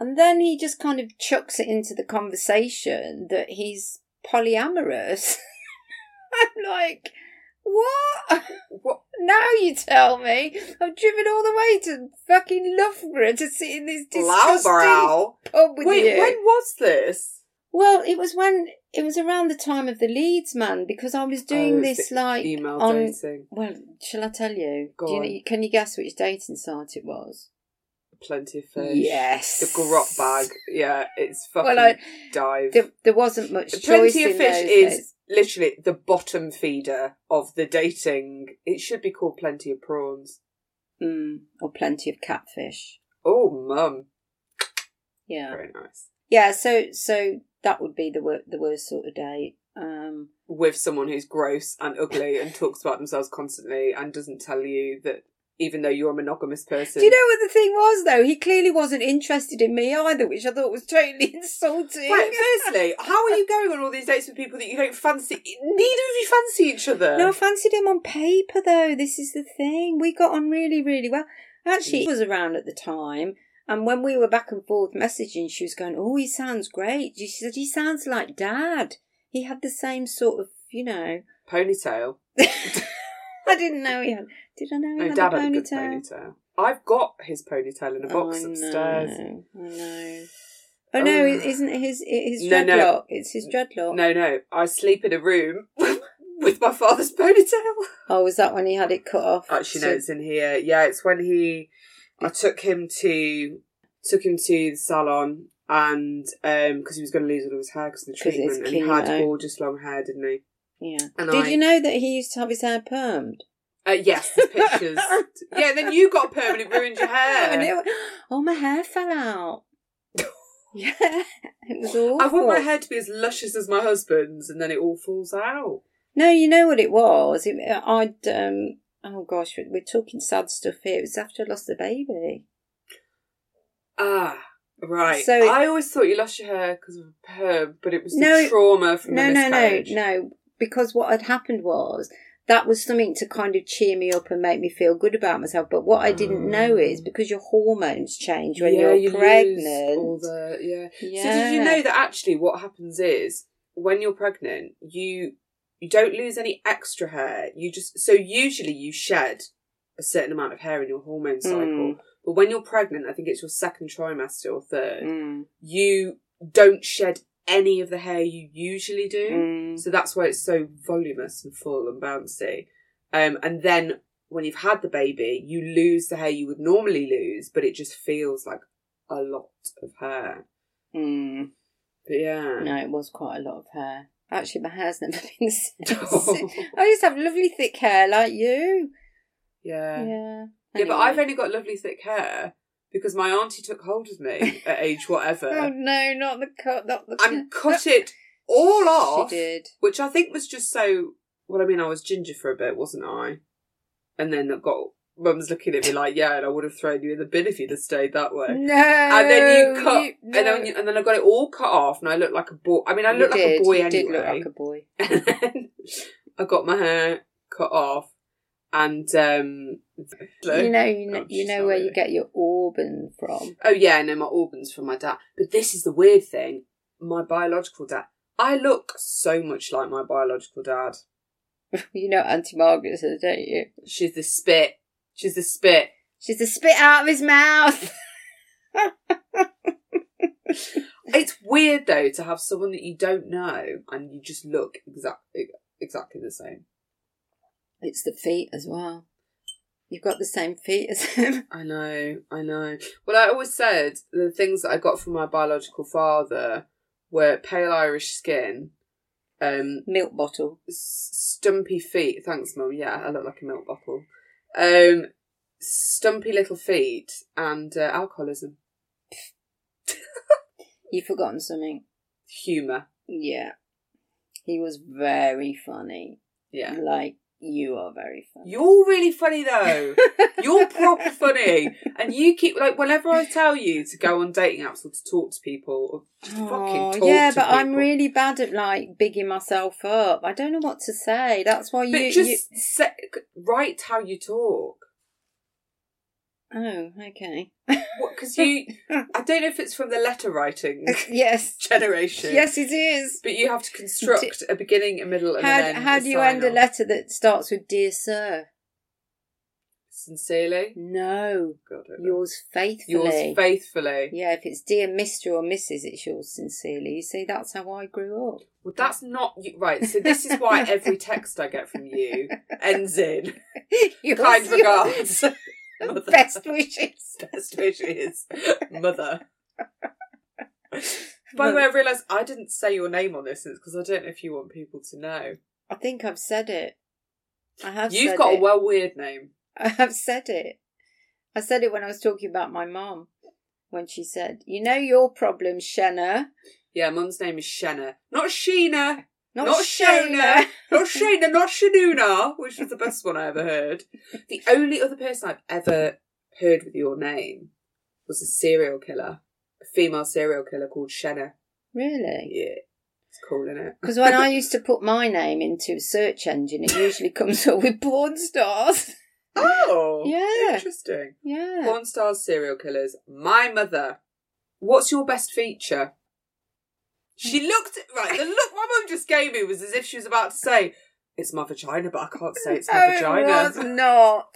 And then he just kind of chucks it into the conversation that he's polyamorous. I'm like, What? What? Now you tell me. I've driven all the way to fucking Loughborough to sit in this disgusting Loughborough? pub with Wait, you. when was this? Well, it was when it was around the time of the Leeds man because I was doing Oh, it's this like Email on. dating. Well, shall I tell you? Go Do you on. know, can you guess which dating site it was? Plenty of fish. Yes, The grot bag. Yeah, it's fucking Well, I, dive. there, there wasn't much choice. Plenty of in fish those is days. literally the bottom feeder of the dating. It should be called Plenty of Prawns. Mm, or plenty of catfish. Oh, mum. Yeah, Very nice. yeah. So, so that would be the wor- the worst sort of date. Um, With someone who's gross and ugly and talks about themselves constantly and doesn't tell you that even though you're a monogamous person. do you know what the thing was though? He clearly wasn't interested in me either, which I thought was totally insulting. Right, firstly, how are you going on all these dates with people that you don't fancy? Neither of you fancy each other. No, I fancied him on paper though. This is the thing. We got on really, really well. Actually, he was around at the time. And when we were back and forth messaging, she was going, Oh, he sounds great. She said, He sounds like dad. He had the same sort of, you know. Ponytail. I didn't know he had. Did I know he No, had Dad a had a good ponytail? Oh, ponytail. I've got his ponytail in a box I upstairs. know. I know. Oh, no, Ugh. it isn't his, it- his No, dreadlock. no. It's his dreadlock. No, no, I sleep in a room with my father's ponytail. Oh, was that when he had it cut off? Actually, no, So- it's in here. Yeah, it's when he, I took him to, took him to the salon, and um, because he was going to lose all of his hair because of the 'Cause it's treatment, and he had chemo. gorgeous long hair, didn't he? Yeah. And Did I- you know that he used to have his hair permed? Uh, yes, there's pictures. yeah, then you got permanently ruined your And hair. it, oh, my hair fell out. yeah, it was awful. I want my hair to be as luscious as my husband's, and then it all falls out. No, you know what it was. It, I'd um. Oh gosh, we- we're talking sad stuff here. It was after I lost the baby. Ah, right. So it- I always thought you lost your hair because of a perm, but it was the No, trauma from No, the no, no, miscarriage. no. Because what had happened was that was something to kind of cheer me up and make me feel good about myself. But what I didn't know is because your hormones change when you're Mm. you lose pregnant. all the- yeah. yeah. So did you know that actually what happens is when you're pregnant, you you don't lose any extra hair. You just so usually you shed a certain amount of hair in your hormone cycle. Mm. But when you're pregnant, I think it's your second trimester or third, Mm, you don't shed any of the hair you usually do. mm. So that's why it's so voluminous and full and bouncy. Um, and then when you've had the baby, you lose the hair you would normally lose, but it just feels like a lot of hair. mm. But yeah. No, it was quite a lot of hair. Actually, my hair's never been the same. I used to have lovely thick hair like you. yeah. Yeah, Yeah. but I've only got lovely thick hair because my auntie took hold of me at age whatever. Oh no, not the cut. Not the and cut it all off, She did. which I think was just so. Well, I mean, I was ginger for a bit, wasn't I? And then that got mum's looking at me like, "Yeah," and I would have thrown you in the bin if you'd have stayed that way. No. and then you cut, no. and then you, and then I got it all cut off, and I looked like a boy. I mean, I You looked like did. a boy you anyway. did look like a boy. and then I got my hair cut off, and um, You know, you know, I'm you know where you oh, sorry. get your Auburn from. oh yeah, no, my Auburn's from my dad. But this is the weird thing: my biological dad. I look so much like my biological dad. You know Auntie Margaret says, don't you? She's the spit. She's the spit. She's the spit out of his mouth. It's weird though to have someone that you don't know and you just look exactly exactly the same. It's the feet as well. You've got the same feet as him. I know, I know. Well, I always said the things that I got from my biological father were pale Irish skin, um, Milk bottle. s- stumpy feet. Thanks, mum. Yeah, I look like a milk bottle. Um, stumpy little feet and uh, alcoholism, You've forgotten something. humour. Yeah. He was very funny. Yeah. Like, you are very funny. You're really funny though. You're proper funny, and you keep like whenever I tell you to go on dating apps or to talk to people, or just to Oh, fucking talk yeah, to but I'm people. really bad at like bigging myself up. I don't know what to say. That's why you. But you- just se- write how you talk. Oh, okay. Because you, I don't know if it's from the letter writing yes. generation. Yes, it is. But you have to construct a beginning, a middle, and How, an end. how to do you sign end a off. letter that starts with Dear Sir? Sincerely, No. God, I don't know. Yours faithfully. yours faithfully. Yeah, if it's dear Mr. or Mrs., it's yours sincerely. You see, that's how I grew up. Well, that's not you- right. So this is why every text I get from you ends in Yours- kind regards. your Mother. Best wishes. Best wishes, mother. By the way, I realised I didn't say your name on this because I don't know if you want people to know. I think I've said it. I have You've said got it. a well weird name. I have said it. I said it when I was talking about my mum when she said, You know your problem, Shenna. Yeah, mum's name is Shenna, not Sheena, Not, Not Shona. Shona. not Shana, not Shanuna, which was the best one I ever heard. The only other person I've ever heard with your name was a serial killer, a female serial killer called Shenna. Really? Yeah, it's cool, isn't it? Because when I used to put my name into a search engine, it usually comes up with porn stars. Oh, Yeah. interesting. Yeah. Porn stars, serial killers. My mother. What's your best feature? She looked right. The look my mum just gave me was as if she was about to say, "It's my vagina," but I can't say it's my No, vagina. it was not.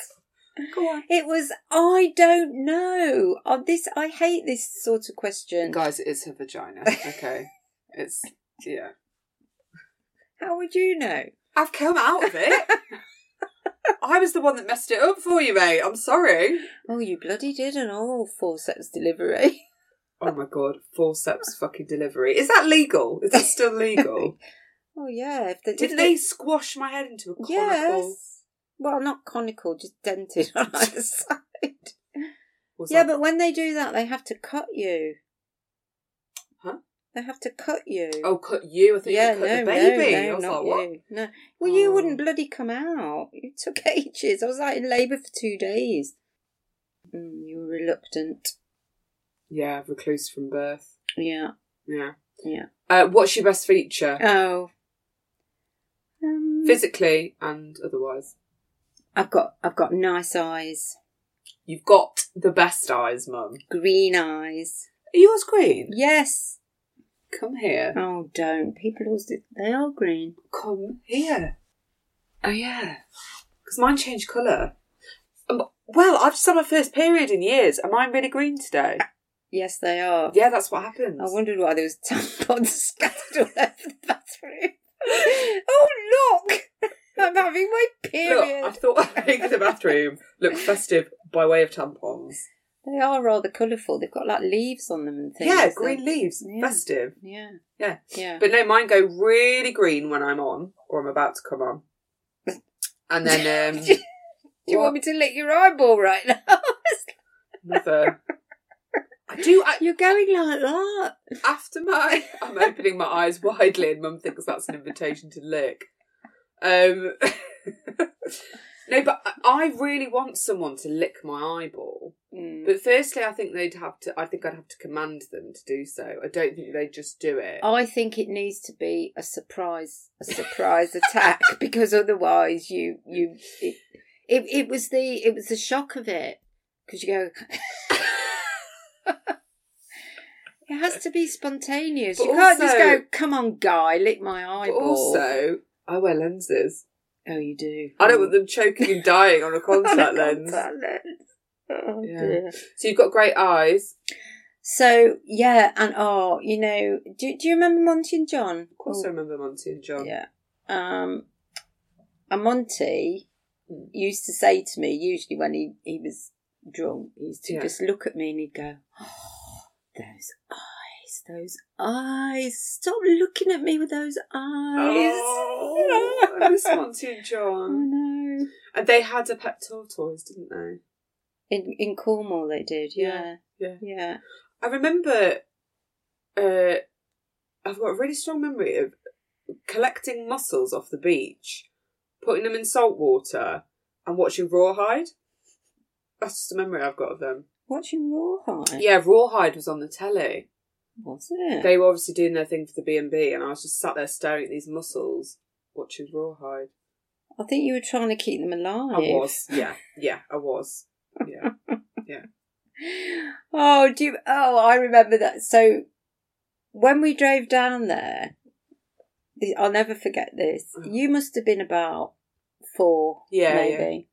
Oh, Go on, It was, I don't know. Oh, this, I hate this sort of question. guys. It's her vagina. Okay, it's yeah. How would you know? I've come out of it. I was the one that messed it up for you, mate. I'm sorry. Oh, you bloody did an all forceps delivery. Oh my god, forceps fucking delivery. Is that legal? Is that still legal? Oh, yeah. If they, Didn't if they squash my head into a conical? Yes. Well, not conical, just dented on either side. Was Yeah, that- but when they do that, they have to cut you. Huh? They have to cut you. Oh, cut you! I think yeah, you cut no, the baby. no, no, I was like, not what? you. No. Well, you Oh. wouldn't bloody come out. You took ages. I was out in labour for two days. Mm, you were reluctant. Yeah, recluse from birth. Yeah. Yeah. Yeah. Uh, what's your best feature, Oh. Um, physically and otherwise? I've got I've got nice eyes, You've got the best eyes, Mum. Are green eyes. yours green? Yes. Come here. Oh, don't. People always do. They are green. Come here. Oh yeah, because mine changed colour. Um, well, I've just had my first period in years. Am I really green today? Yes, they are. Yeah, that's what happens. I wondered why there was tampons scattered all over the bathroom. oh look! I'm having my Look, period. I thought I'd make the bathroom look festive by way of tampons. They are rather colourful. They've got like leaves on them and things. Yeah, They- green leaves, Yeah. festive. Yeah, Yeah. yeah. But no, mine go really green when I'm on or I'm about to come on. And then um Do Do you want me to lick your eyeball right now? another uh, I do I, You're going like that. after my I'm opening my eyes widely and mum thinks that's an invitation to lick. Um No, but I- I really want someone to lick my eyeball. Mm. But firstly, I think they'd have to. I think I'd have to command them to do so. I don't think they'd just do it. I think it needs to be a surprise, a surprise attack, because otherwise you you it, it, it was the it was the shock of it because you go. it has to be spontaneous. But you can't just also- go, "Come on, guy, lick my But eyeball." also, I wear lenses. oh, you do. I don't want them choking and dying on a contact lens. Contact lens. Oh, Yeah. dear. So you've got great eyes. So yeah, and oh, you know, do do you remember Monty and John? Oh, Of course, I remember Monty and John. Yeah. Um, and Monty Mm. used to say to me, usually when he, he was drunk, he used to Yeah. just look at me and he'd go, oh, Those eyes, those eyes. Stop looking at me with those eyes. Oh, I miss Monty and Oh, John. no. And they had a pet tortoise, didn't they? In, in Cornwall, they did, yeah. Yeah, Yeah. I remember. Uh, I've got a really strong memory of collecting mussels off the beach, putting them in salt water, and watching rawhide. That's just a memory I've got of them. Watching Rawhide. Yeah, rawhide was on the telly. Was it? They were obviously doing their thing for the B and B, and I was just sat there staring at these muscles, watching rawhide. I think you were trying to keep them alive. I was, yeah, yeah, I was. Yeah. Oh, do you, oh, I remember that. So when we drove down there, the- I'll never forget this. You must have been about four, Mm. Yeah, maybe.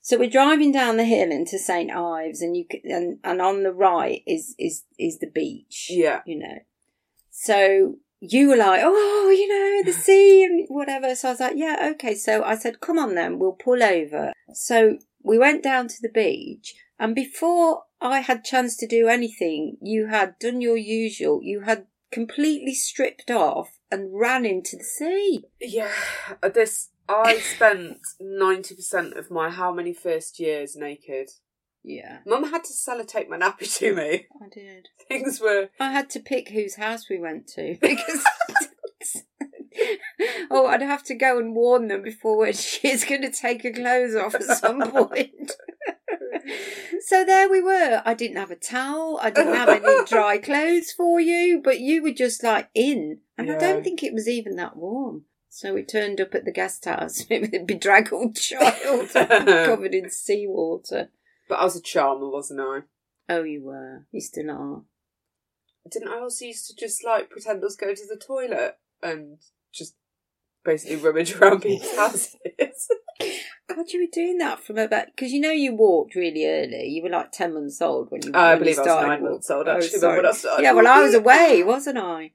So we're driving down the hill into St Ives, and you c- and and on the right is is is the beach. Yeah. you know. So you were like, oh, you know, the sea and whatever. So I was like, yeah, okay. So I said, come on then, we'll pull over. So we went down to the beach, and before I had chance to do anything, you had done your usual. You had completely stripped off and ran into the sea. Yeah. Uh, This I spent ninety percent of my how many first years naked. Yeah, Mum had to sellotape my nappy to me. I did. Things were I had to pick whose house we went to because. oh, I'd have to go and warn them before she's going to take her clothes off at some point. so there we were. I didn't have a towel. I didn't have any dry clothes for you, but you were just like in, and I Yeah. don't think it was even that warm. So we turned up at the guest house with a bedraggled child covered in seawater. But I was a charmer, wasn't I? Oh, you were. You still are. Didn't I also used to just like pretend I was going to the toilet and just basically rummage around people's houses? God, you were doing that from about because you know you walked really early. You were like ten months old when you. Oh, I when you believe I was started nine months old, walking. actually, but sorry. when I started yeah, well, I was walking- away, wasn't I?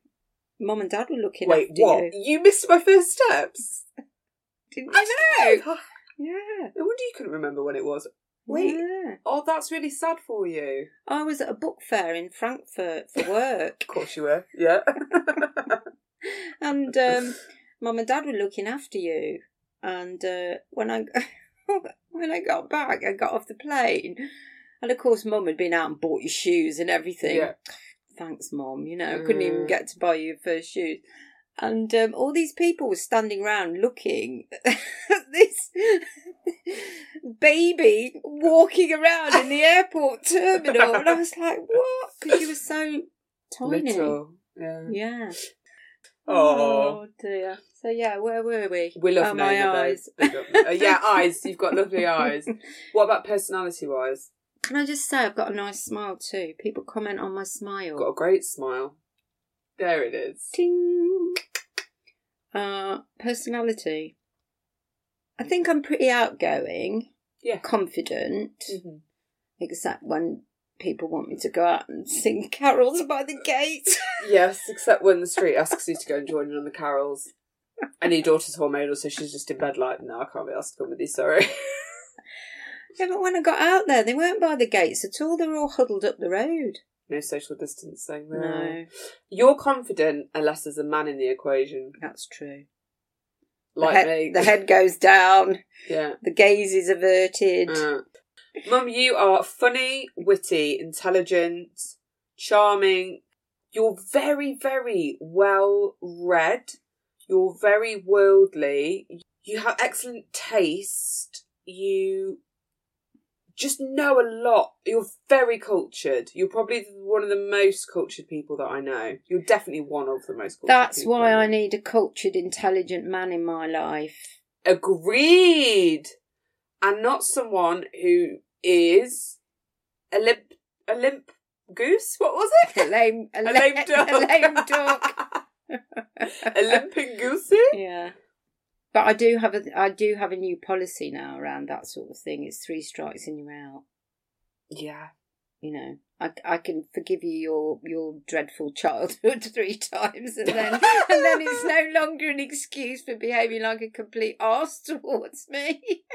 Mum and Dad were looking Wait, after what? you. You missed my first steps? Didn't I you know? know. Yeah. No wonder you couldn't remember when it was. Wait. Yeah. Oh, that's really sad for you. I was at a book fair in Frankfurt for work, Of course you were. Yeah. and um, Mum and Dad were looking after you. And uh, when I when I got back, I got off the plane, and of course, Mum had been out and bought your shoes and everything. yeah. thanks mom you know I couldn't even Mm. get to buy you your first shoes and um, all these people were standing round looking at this baby walking around in the airport terminal and i was like what because you were so tiny Little. Yeah. Oh, yeah Aw. oh dear so yeah where were we We love oh, my Nona, though. eyes Big up- Uh, yeah, eyes. You've got lovely eyes. What about personality wise? can i just say i've got a nice smile too people comment on my smile Got a great smile. There it is. Ting. Uh, personality. I think I'm pretty outgoing, Yeah. confident, Mhm. except when people want me to go out and sing carols by the gate. Yes, except when the street asks you to go and join in on the carols. And your daughter's hormonal, so she's just in bed like, no, I can't be asked to come with you, sorry. yeah, but when I got out there, they weren't by the gates at all. They were all huddled up the road. No social distancing. No. No, You're confident unless there's a man in the equation, that's true. like the, head, me. the head goes down. yeah. The gaze is averted. Uh. Mum, you are funny, witty, intelligent, charming. You're very, very well read. You're very worldly. You have excellent taste. You just know a lot. You're very cultured. You're probably one of the most cultured people that I know. You're definitely one of the most cultured. that's people why know. I need a cultured, intelligent man in my life. Agreed. And not someone who is a limp, a limp goose. What was A it? lame, a, A la- lame duck. A lame duck. a limping goosey. yeah. But I do have a I do have a new policy now around that sort of thing. It's three strikes and you're out. Yeah. You know, I, I can forgive you your your dreadful childhood three times, and then and then it's no longer an excuse for behaving like a complete arse towards me,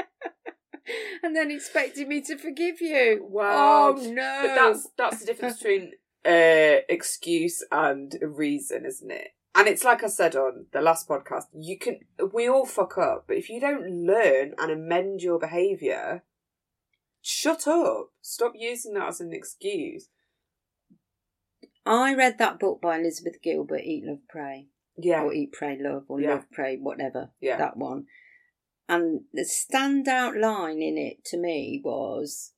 and then expecting me to forgive you. Wow. Oh no! But that's that's the difference between uh, excuse and a reason, isn't it? And it's like I said on the last podcast. You can we all fuck up, but if you don't learn and amend your behaviour, shut up. Stop using that as an excuse. I read that book by Elizabeth Gilbert, Eat, Love, Pray. Yeah. or eat, pray, love, or Yeah. love, pray, whatever. Yeah. That one. And the standout line in it to me was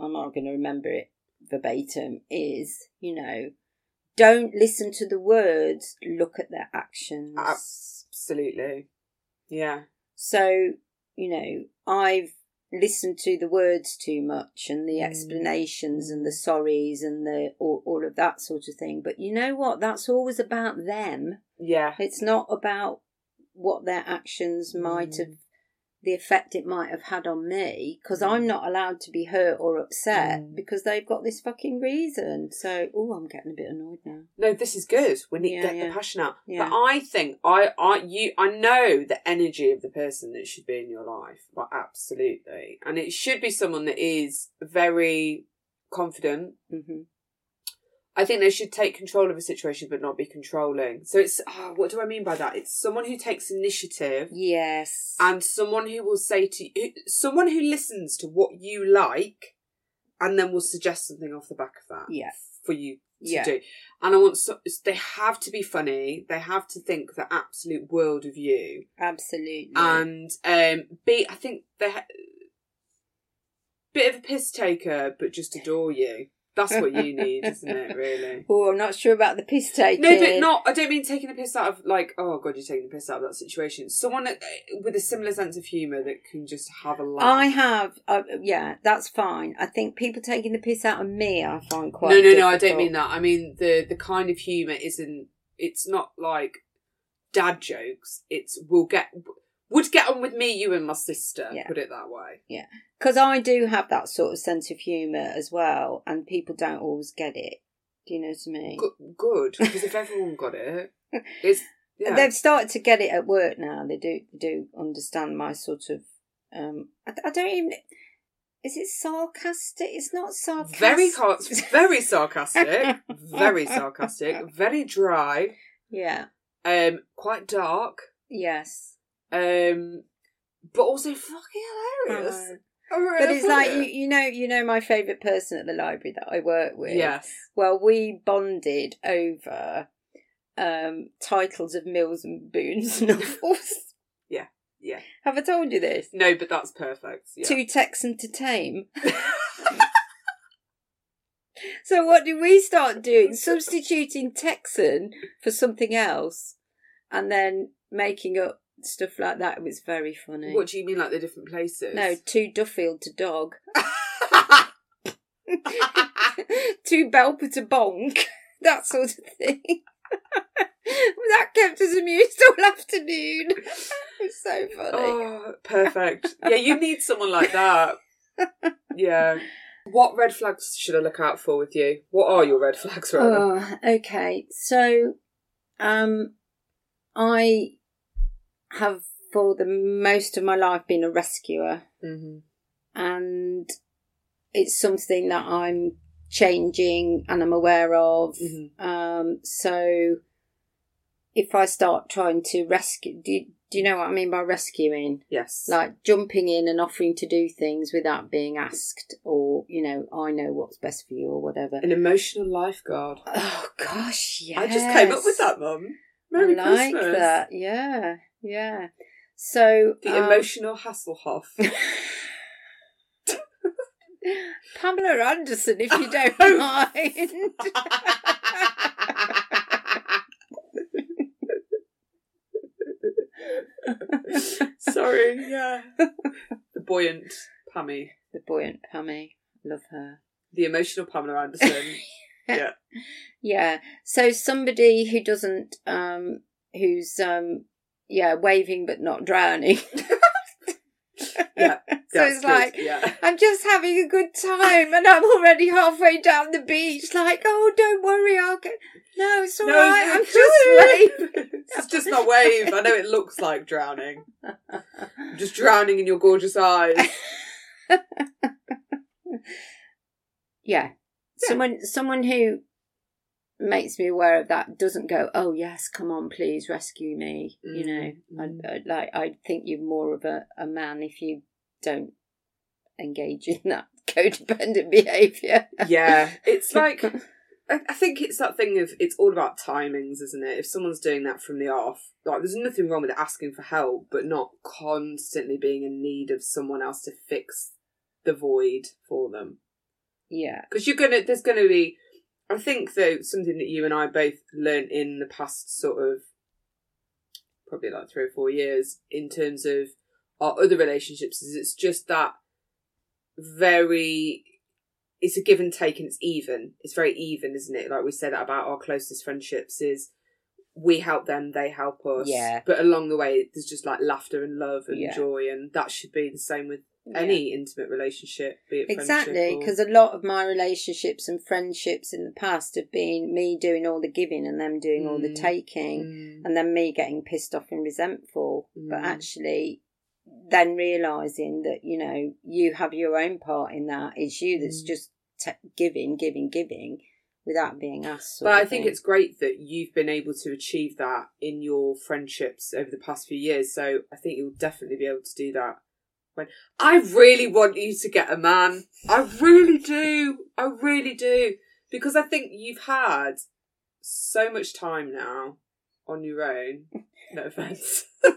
I'm not going to remember it verbatim is, you know, don't listen to the words, look at their actions. Absolutely. Yeah. So, you know, I've listen to the words too much and the explanations and the sorries and the all, all of that sort of thing. But you know what? That's always about them. Yeah. It's not about what their actions might Mm. have, the effect it might have had on me, because I'm not allowed to be hurt or upset Mm. because they've got this fucking reason. So, oh, I'm getting a bit annoyed now. No, this is good. We need Yeah, to get yeah. the passion out. Yeah. But I think I, I, you, I know the energy of the person that should be in your life. Like absolutely, and it should be someone that is very confident. hmm I think they should take control of a situation, but not be controlling. So it's ah, what do I mean by that? It's someone who takes initiative Yes. and someone who will say to you, someone who listens to what you like, and then will suggest something off the back of that. Yeah. for you to Yeah. do. And I want so, they have to be funny. They have to think the absolute world of you Absolutely. and um, be. I think they ha- bit of a piss taker, but just adore you. That's what you need, isn't it? Really. oh, I'm not sure about the piss taking. No, but not. I don't mean taking the piss out of like. Oh god, you're taking the piss out of that situation. Someone uh, with a similar sense of humour that can just have a laugh. I have, uh, yeah, that's fine. I think people taking the piss out of me, I find quite. no, no, no. I difficult. don't mean that. I mean the the kind of humour isn't. It's not like dad jokes. It's we'll get would get on with me, you and my sister. Yeah. Put it that way. because I do have that sort of sense of humour as well, and people don't always get it. Do you know what I mean? Good, good. Because if everyone got it, it's yeah. They've started to get it at work now. They do they do understand my sort of. Um, I, I don't even. Is it sarcastic? It's not sarcastic. very car- very sarcastic, very sarcastic, very dry, Yeah. um, quite dark, Yes. um, but also fucking hilarious. Uh-huh. But it's like you, you know, you know, my favourite person at the library that I work with. yes, Well, we bonded over um, titles of Mills and Boone's novels. Yeah, yeah. Have I told you this? no, but that's perfect. Yeah. Too Texan to tame. so what did we start doing? Substituting Texan for something else, and then making up stuff like that. It was very funny. What do you mean, like the different places? no, two Duffield to dog, two Belper to bonk, that sort of thing. that kept us amused all afternoon. It was so funny. oh, perfect. Yeah, you need someone like that. Yeah. What red flags should I look out for with you? What are your red flags, rather? Oh, okay. So, um, I have for the most of my life been a rescuer, mm-hmm. and it's something that I'm changing and I'm aware of. Mhm. Um, so if I start trying to rescue, do, do you know what I mean by rescuing? Yes. Like jumping in and offering to do things without being asked, or you know, I know what's best for you, or whatever. An emotional lifeguard. Oh gosh, yes. I just came up with that, Mum. Merry I like Christmas. that. Yeah, yeah. So The um, emotional Hasselhoff. Pamela Anderson, if you don't Oh. mind. Sorry, yeah. The buoyant Pammy. the buoyant Pammy, love her. The emotional Pamela Anderson. yeah. Yeah. So somebody who doesn't, um, who's, um, yeah, waving but not drowning. Yeah. So That's it's good, like, yeah. I'm just having a good time and I'm already halfway down the beach, like, oh, don't worry, I'll get. No, it's all No, right, it's I'm just just waving. It's just my wave. I know it looks like drowning. I'm just drowning in your gorgeous eyes. yeah. Someone someone who makes me aware of that doesn't go, oh yes, come on, please rescue me. You know, Mm, I, I, like I think you're more of a, a man if you don't engage in that codependent behaviour. Yeah. It's like, I I think it's that thing of it's all about timings, isn't it? If someone's doing that from the off, like there's nothing wrong with asking for help, but not constantly being in need of someone else to fix the void for them. yeah, Because you're gonna, there's gonna be, I think though, something that you and I both learnt in the past sort of probably like three or four years in terms of our other relationships is it's just that very it's a give and take and it's even. It's very even, isn't it? Like we said about our closest friendships is we help them, they help us. Yeah. But along the way there's just like laughter and love and Yeah. joy and that should be the same with Yeah. any intimate relationship, be it friendship Exactly, or- because a lot of my relationships and friendships in the past have been me doing all the giving and them doing all the Mm. taking, Mm. and then me getting pissed off and resentful. But Mm. actually, then realizing that you know you have your own part in that. It's you that's Mm. just t- giving, giving, giving, without being asked. sort But I of think thing. it's great that you've been able to achieve that in your friendships over the past few years. So I think you'll definitely be able to do that. When I really want you to get a man, I really do. I really do because I think you've had so much time now on your own. No offense.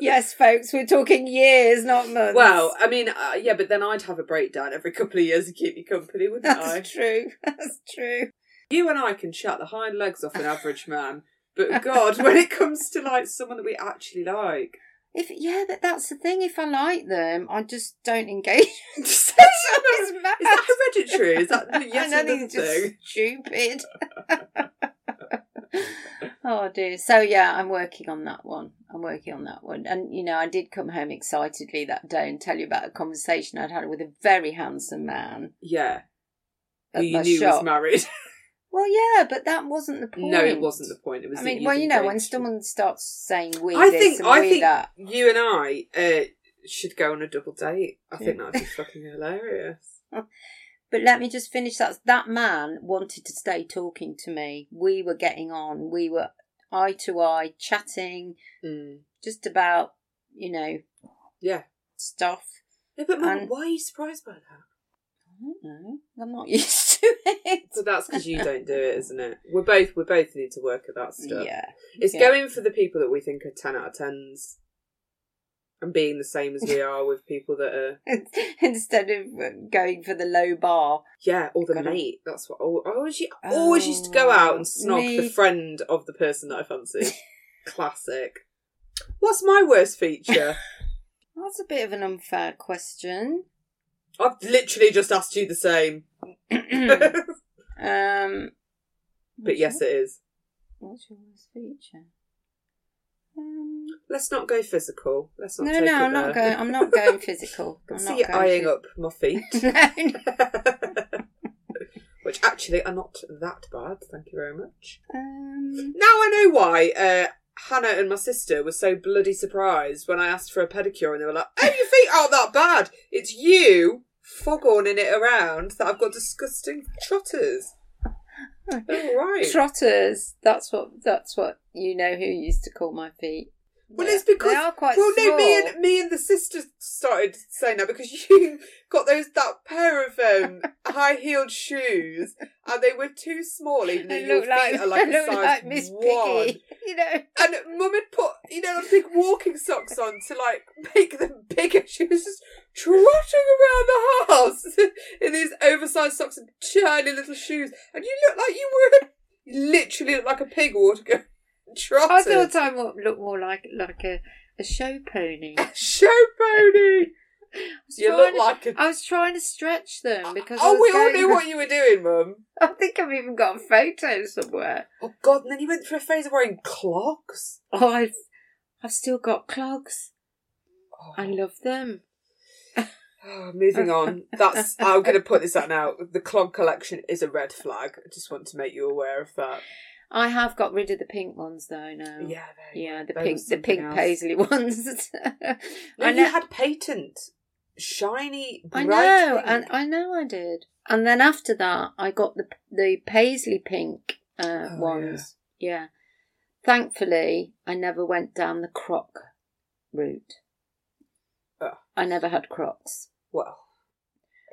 yes, folks. We're talking years, not months. Well, I mean, uh, yeah, but then I'd have a breakdown every couple of years to keep you company, wouldn't that's I? true. That's true. You and I can shut the hind legs off an average man, but God, when it comes to like someone that we actually like, If yeah, but that's the thing. If I like them, I just don't engage. It's mad. is that hereditary? Is that the I yes know and no they're just thing? stupid. oh dear. So yeah, I'm working on that one. I'm working on that one. And you know, I did come home excitedly that day and tell you about a conversation I'd had with a very handsome man Yeah, who at you my knew shop. was married. well, yeah, but that wasn't the point. No, it wasn't the point. It was. I that mean, you'd well, you know, when engaged- someone starts saying we I this think and I we think that, you and I uh, should go on a double date. I think that'd be fucking hilarious. But let me just finish that. That man wanted to stay talking to me. We were getting on. We were eye to eye, chatting Mm. just about, you know, Yeah. stuff. Yeah, but Mum, And- why are you surprised by that? I don't know. I'm not used to it. So that's because you don't do it, isn't it? We're both we both need to work at that stuff. Yeah. It's Yeah. going for the people that we think are 10 out of 10s and being the same as we are with people that are, Instead of going for the low bar. yeah, or the Got it. mate. That's what oh, I always, u- I always used to Oh, go out and snog Me. the friend of the person that I fancy. Classic. What's my worst feature? That's a bit of an unfair question. I've literally just asked you the same. um, but what's yes, your- it is. What's your worst feature? Um, Let's not go physical. Let's not no, take no, it I'm there. not going. I'm not going physical. I can I'm see not you going eyeing phys- up my feet, no, no. which actually are not that bad. Thank you very much. Um, Now I know why uh, Hannah and my sister were so bloody surprised when I asked for a pedicure and they were like, oh, your feet aren't that bad. It's you foghorning it around that I've got disgusting trotters. All right. trotters. That's what. That's what you know. Who used to call my feet? well, They- it's because they are quite well, small. no, me and me and the sister started saying that because you got those that pair of um, high heeled shoes and they were too small, even though They your look feet like are like they a look size like Miss one. Piggy. You know. And mum had put, you know, big walking socks on to like make them bigger. She was just trotting around the house in these oversized socks and tiny little shoes. And you looked like you were you literally looked like a pig walking I trotting. thought I mo- looked more like like a, a show pony. I Show pony. was You trying look to- like a. I was trying to stretch them because I Oh, was we all going- knew what you were doing, mum. I think I've even got a photo somewhere. Oh God! And then you went through a phase of wearing clogs. Oh, I've I've still got clogs. Oh. I love them. Oh, moving on. That's I'm going to put this out now. The clog collection is a red flag. I just want to make you aware of that. I have got rid of the pink ones though now. Yeah, they Yeah, They the were pink, the something pink else. paisley ones. No, I you know, had patent, shiny, bright. I know, pink. and I know I did. And then after that, I got the the paisley pink uh, Oh, ones. Yeah. Thankfully, I never went down the croc route. Oh. I never had crocs. well,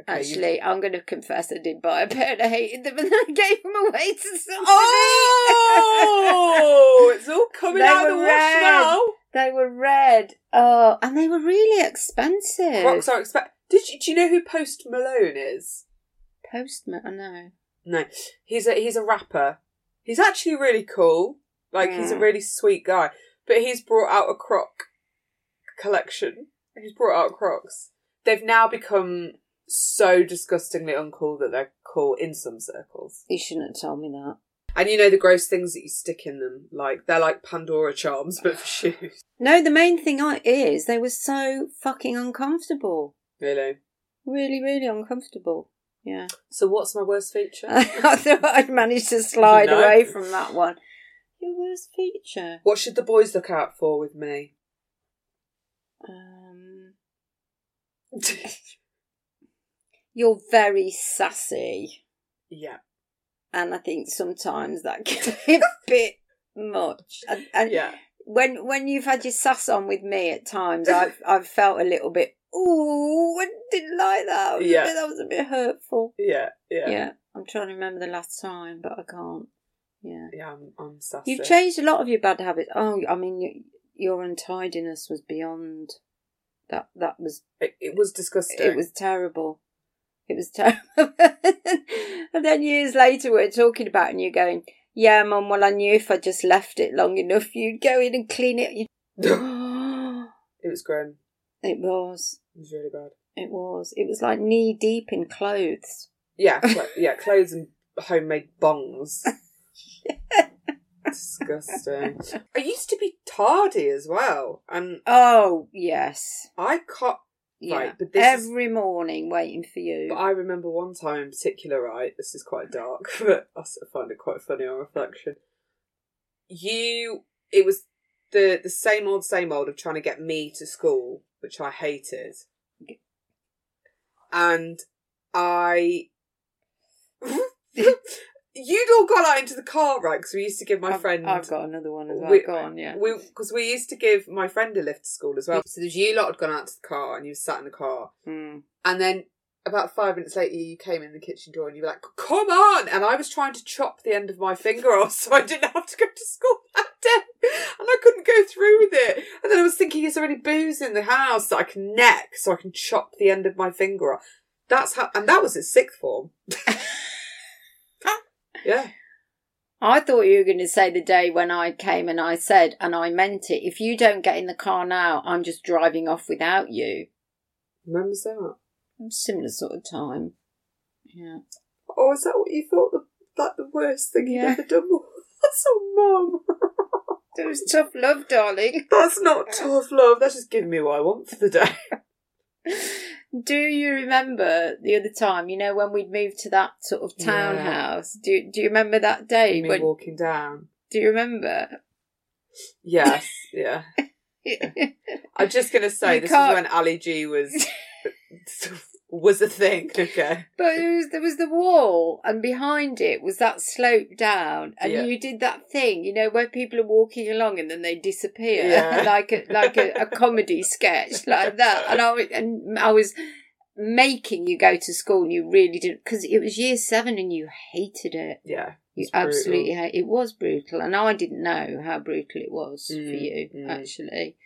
okay, you- Actually, I'm going to confess I did buy a pair and I hated them and then I gave them away to somebody. Oh, it's all coming They out of the were wash red. now. They were red. Oh, and they were really expensive. Crocs are expect. Did you, do you know who Post Malone is? Postman, I know. No, he's a he's a rapper. He's actually really cool. Like he's a Mm. really sweet guy. But he's brought out a croc collection. He's brought out Crocs. they've now become so disgustingly uncool that they're cool in some circles. You shouldn't have told me that. And you know the gross things that you stick in them, like they're like Pandora charms, but for shoes. No, the main thing I, is they were so fucking uncomfortable. Really. Really, really uncomfortable. Yeah. So what's my worst feature? I thought I'd managed to slide No. away from that one. Your worst feature? what should the boys look out for with me? Um, you're very sassy. yeah. And I think sometimes that can be a bit much. And, and Yeah. when when you've had your sass on with me at times, I've, I've felt a little bit, ooh, I didn't like that. That was a Yeah. bit- that was a bit hurtful. Yeah. Yeah. Yeah. Yeah. I'm trying to remember the last time, but I can't. Yeah. I'm, I'm sassy. You've changed a lot of your bad habits. Oh, I mean, you, your untidiness was beyond. That that was It, it was disgusting. it was terrible. It was terrible. and then years later, we're talking about, it and you're going, "Yeah, Mum. Well, I knew if I just left it long enough, you'd go in and clean it." You- it was grim. it was. It was really bad. It was. It was like knee deep in clothes. Yeah. Cl- yeah. Clothes and homemade bongs. disgusting. I used to be tardy as well, and Oh yes. I caught. Yeah. Right, but this is- Every morning, waiting for you. But I remember one time in particular, right? This is quite dark, but I sort of find it quite funny on reflection. You, it was the the same old, same old of trying to get me to school, which I hated, and I. You'd all got out into the car, right? Because we used to give my I've- friend. I've got another one as well. We- Go on, yeah. Because we, used to give my friend a lift to school as well. So there's you lot had gone out to the car and you sat in the car. Mm. And then about five minutes later, you came in the kitchen door and you were like, come on! And I was trying to chop the end of my finger off so I didn't have to go to school that day. And I couldn't go through with it. And then I was thinking, is there any booze in the house that I can neck so I can chop the end of my finger off? That's how, and that was his sixth form. yeah. I thought you were going to say the day when I came and I said, and I meant it. If you don't get in the car now, I'm just driving off without you. When was that? Similar sort of time. Yeah. Oh, is that what you thought the, like the worst thing you'd Yeah. ever done was? Oh, mum. It was tough love, darling. That's not tough love. That's just giving me what I want for the day. Do you remember the other time? You know when we'd moved to that sort of Yeah. townhouse. Do Do you remember that day? me When, walking down. do you remember? Yes, yeah. I'm just gonna say You this can't- is when Ali G was was a thing. Okay. But it was, there was the wall, and behind it was that slope down, and Yeah. you did that thing, you know, where people are walking along and then they disappear, Yeah. like a like a, a comedy sketch, like that. And I was, and I was making you go to school, and you really didn't, because it was year seven, and you hated it. Yeah. You it's brutal. absolutely ha It was brutal, and I didn't know how brutal it was for Mm, you, mm. actually.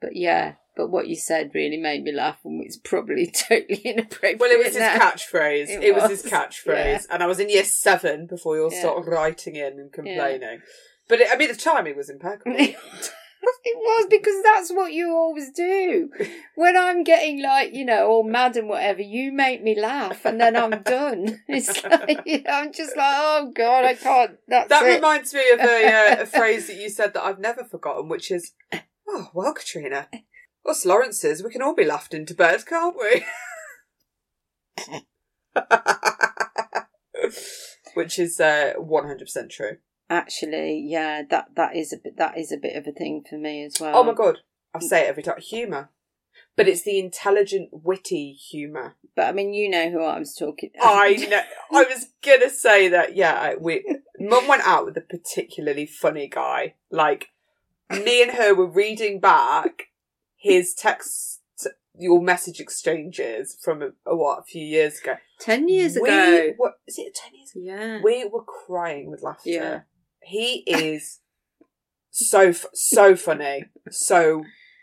But yeah. But what you said really made me laugh, and it's probably totally inappropriate. Well, it was his now. catchphrase. It, It was. his was, catchphrase, and I was in year seven before you all Yeah. started writing in and complaining. But it, I mean, the timing was impeccable. it was because that's what you always do. When I'm getting like, you know, all mad and whatever, you make me laugh and then I'm done. It's like, you know, I'm just like, oh God, I can't. That's that it. reminds me of a, uh, a phrase that you said that I've never forgotten, which is, "Oh well, Katrina, us Lawrences, we can all be laughed into bed, can't we?" which is uh, one hundred percent true. Actually, yeah, that, that is a bit, that is a bit of a thing for me as well. oh my god, I say it every time. Humour, but it's the intelligent, witty humour. But I mean, you know who I was talking I know. I was gonna say that. Yeah, we mum went out with a particularly funny guy. Like me and her were reading back his text, your message exchanges from a, a what a few years ago. 10 years We ago. were- is it ten years? ago? Yeah. We were crying with laughter. Yeah. He is so f- so funny, so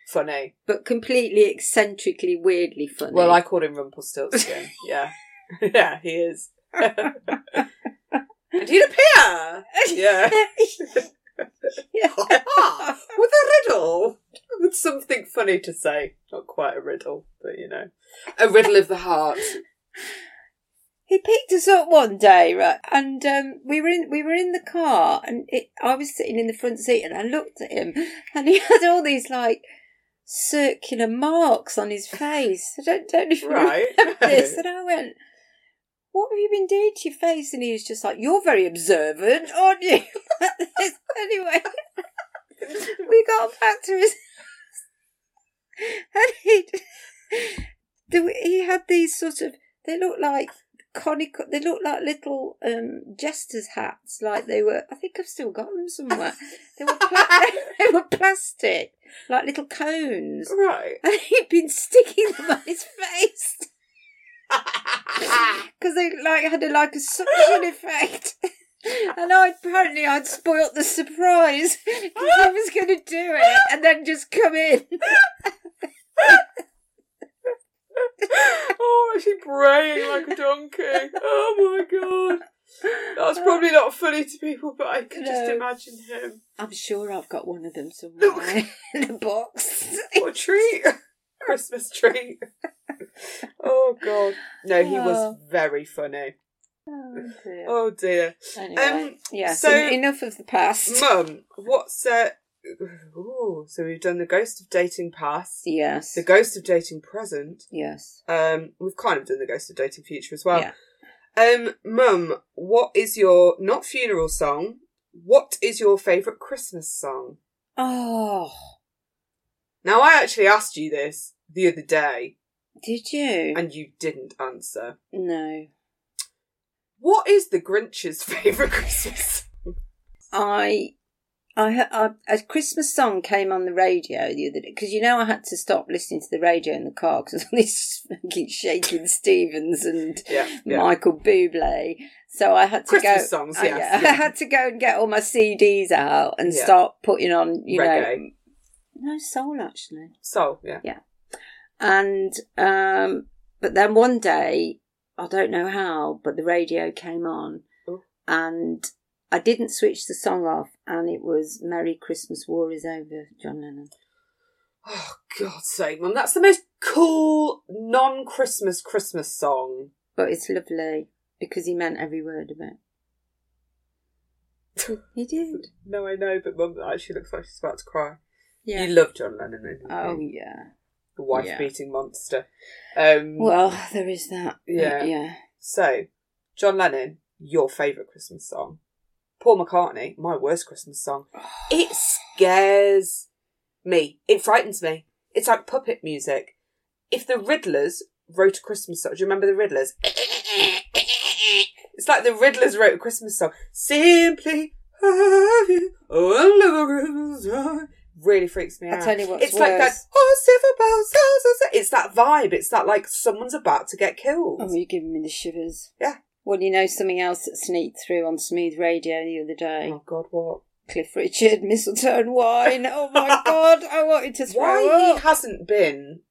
funny. But completely eccentrically, weirdly funny. Well, I called him Rumpelstiltskin. yeah, yeah, he is. and he'd appear. Yeah, Yeah. with a riddle, with something funny to say. Not quite a riddle, but you know, a riddle of the heart. He picked us up one day, right? And um, we were in we were in the car, and it, I was sitting in the front seat, and I looked at him, and he had all these like circular marks on his face. I don't don't know if you Right. remember this, and I went, "What have you been doing to your face?" And he was just like, "You're very observant, aren't you?" Like this. anyway, we got back to his, and he he had these sort of they looked like conical they looked like little um jester's hats like they were i think i've still got them somewhere they were pla- they were plastic like little cones Right. and he'd been sticking them on his face because they like had a, like a suction effect and i apparently i'd spoilt the surprise 'cause i was going to do it and then just come in oh, I'm actually braying like a donkey. Oh my god. That's probably not funny to people, but I can just No. imagine him. i'm sure i've got one of them somewhere in a box What a treat! Christmas treat. oh god. No, he was Oh. very funny. Oh, dear. Oh dear. Anyway, Um, yes, so- en- enough of the past. Mum, what's uh Ooh, so we've done the ghost of dating past, yes. the ghost of dating present. Yes. Um, we've kind of done the ghost of dating future as well. Yeah. Um, Mum, what is your not funeral song? What is your favourite Christmas song? Oh, Now I actually asked you this the other day did you? and you didn't answer. no. What is the Grinch's favourite Christmas? I, I, he- I, a Christmas song came on the radio the other day because you know I had to stop listening to the radio in the car because all this fucking shaking Stevens and yeah, yeah. Michael Bublé. So I had to go. Christmas songs, I- yes, yeah, yeah. I had to go and get all my CDs out and Yeah. start putting on, you know, Reggae. no soul actually. So yeah. and um but then one day i don't know how but the radio came on Oh. and i didn't switch the song off and it was merry christmas war is over john lennon Oh God's sake, Mum, that's the most cool non-Christmas Christmas song. but it's lovely because he meant every word of it he did No, I know, but Mum actually looks like she's about to cry. yeah You love John Lennon, don't you? oh yeah the wife Yeah. beating monster. Um, well there is that Yeah. yeah so, John Lennon, your favourite Christmas song. Paul McCartney, my worst Christmas song. It scares me. It frightens me. It's like puppet music. If the Riddlers wrote a Christmas song, do you remember the Riddlers? It's like the Riddlers wrote a Christmas song. Simply have you all over Christmas time. Really freaks me I'll out. tell you what's it's like that. worse. Oh, silver bells, bells, bells." It's that vibe. It's that like someone's about to get killed. Oh, you're giving me the shivers. Yeah. Well, you know something else that sneaked through on Smooth Radio the other day. Oh, God, what? Cliff Richard, mistletoe and wine. Oh my god, I wanted to throw Why he up. hasn't been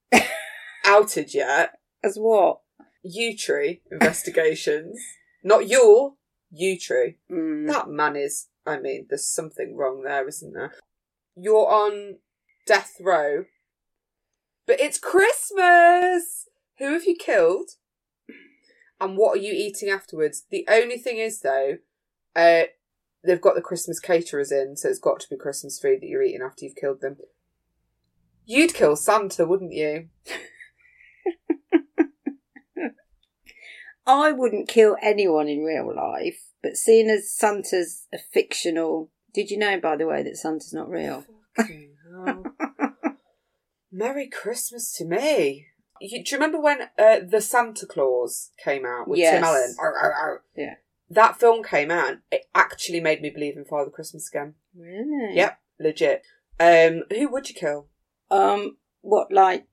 outed yet? As what? U tree investigations, not your U tree. Mm. That man is. I mean, there's something wrong there, isn't there? You're on death row, but it's Christmas. Who have you killed? And what are you eating afterwards? The only thing is though, uh, they've got the Christmas caterers in, so it's got to be Christmas food that you're eating after you've killed them. You'd kill Santa, wouldn't you? I wouldn't kill anyone in real life, but seeing as Santa's a fictional. Did you know, by the way, that Santa's not real? Fucking hell. Merry Christmas to me. You, do you remember when uh, The Santa Claus came out with Yes. Tim Allen? Arr, arr, arr. Yeah. That film came out and it actually made me believe in Father Christmas again. Really? Yep, legit. Um, who would you kill? Um, what, like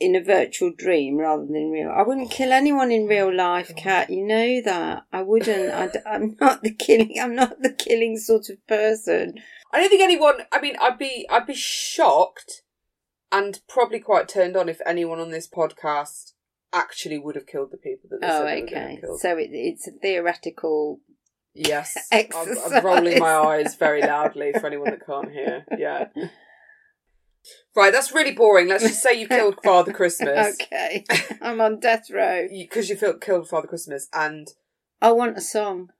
in a virtual dream rather than real? I wouldn't Oh, kill anyone in real life, Cat. You know that. I wouldn't. I, am not the killing. I'm not the killing sort of person. I don't think anyone. I mean, I'd be I'd be shocked and probably quite turned on if anyone on this podcast actually would have killed the people that they said Oh, they were gonna okay. kill. So it, it's a theoretical Yes. I'm, Exercise. I'm rolling my eyes very loudly for anyone that can't hear. Yeah. Right, that's really boring. Let's just say you killed Father Christmas Okay. I'm on death row. because you felt killed Father Christmas. And I want a song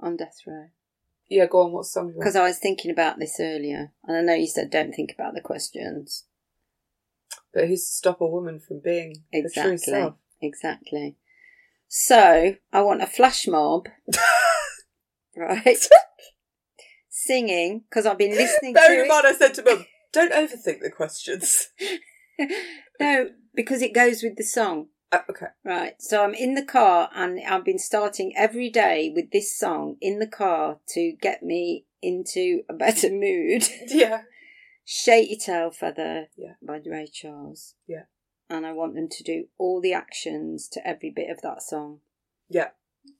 on death row. yeah, go on. What song? do you want? Because I was thinking about this earlier. And I know you said don't think about the questions. But who's to stop a woman from being her true Exactly. self? Exactly. So I want a flash mob. right. Singing, because I've been listening to Bearing it. in mind, I said to Mum, "Don't overthink the questions." No, because it goes with the song. Uh, okay. Right. So I'm in the car and I've been starting every day with this song in the car to get me into a better mood. Yeah. Shake Your Tail Feather Yeah. by Ray Charles. Yeah. And I want them to do all the actions to every bit of that song. Yeah.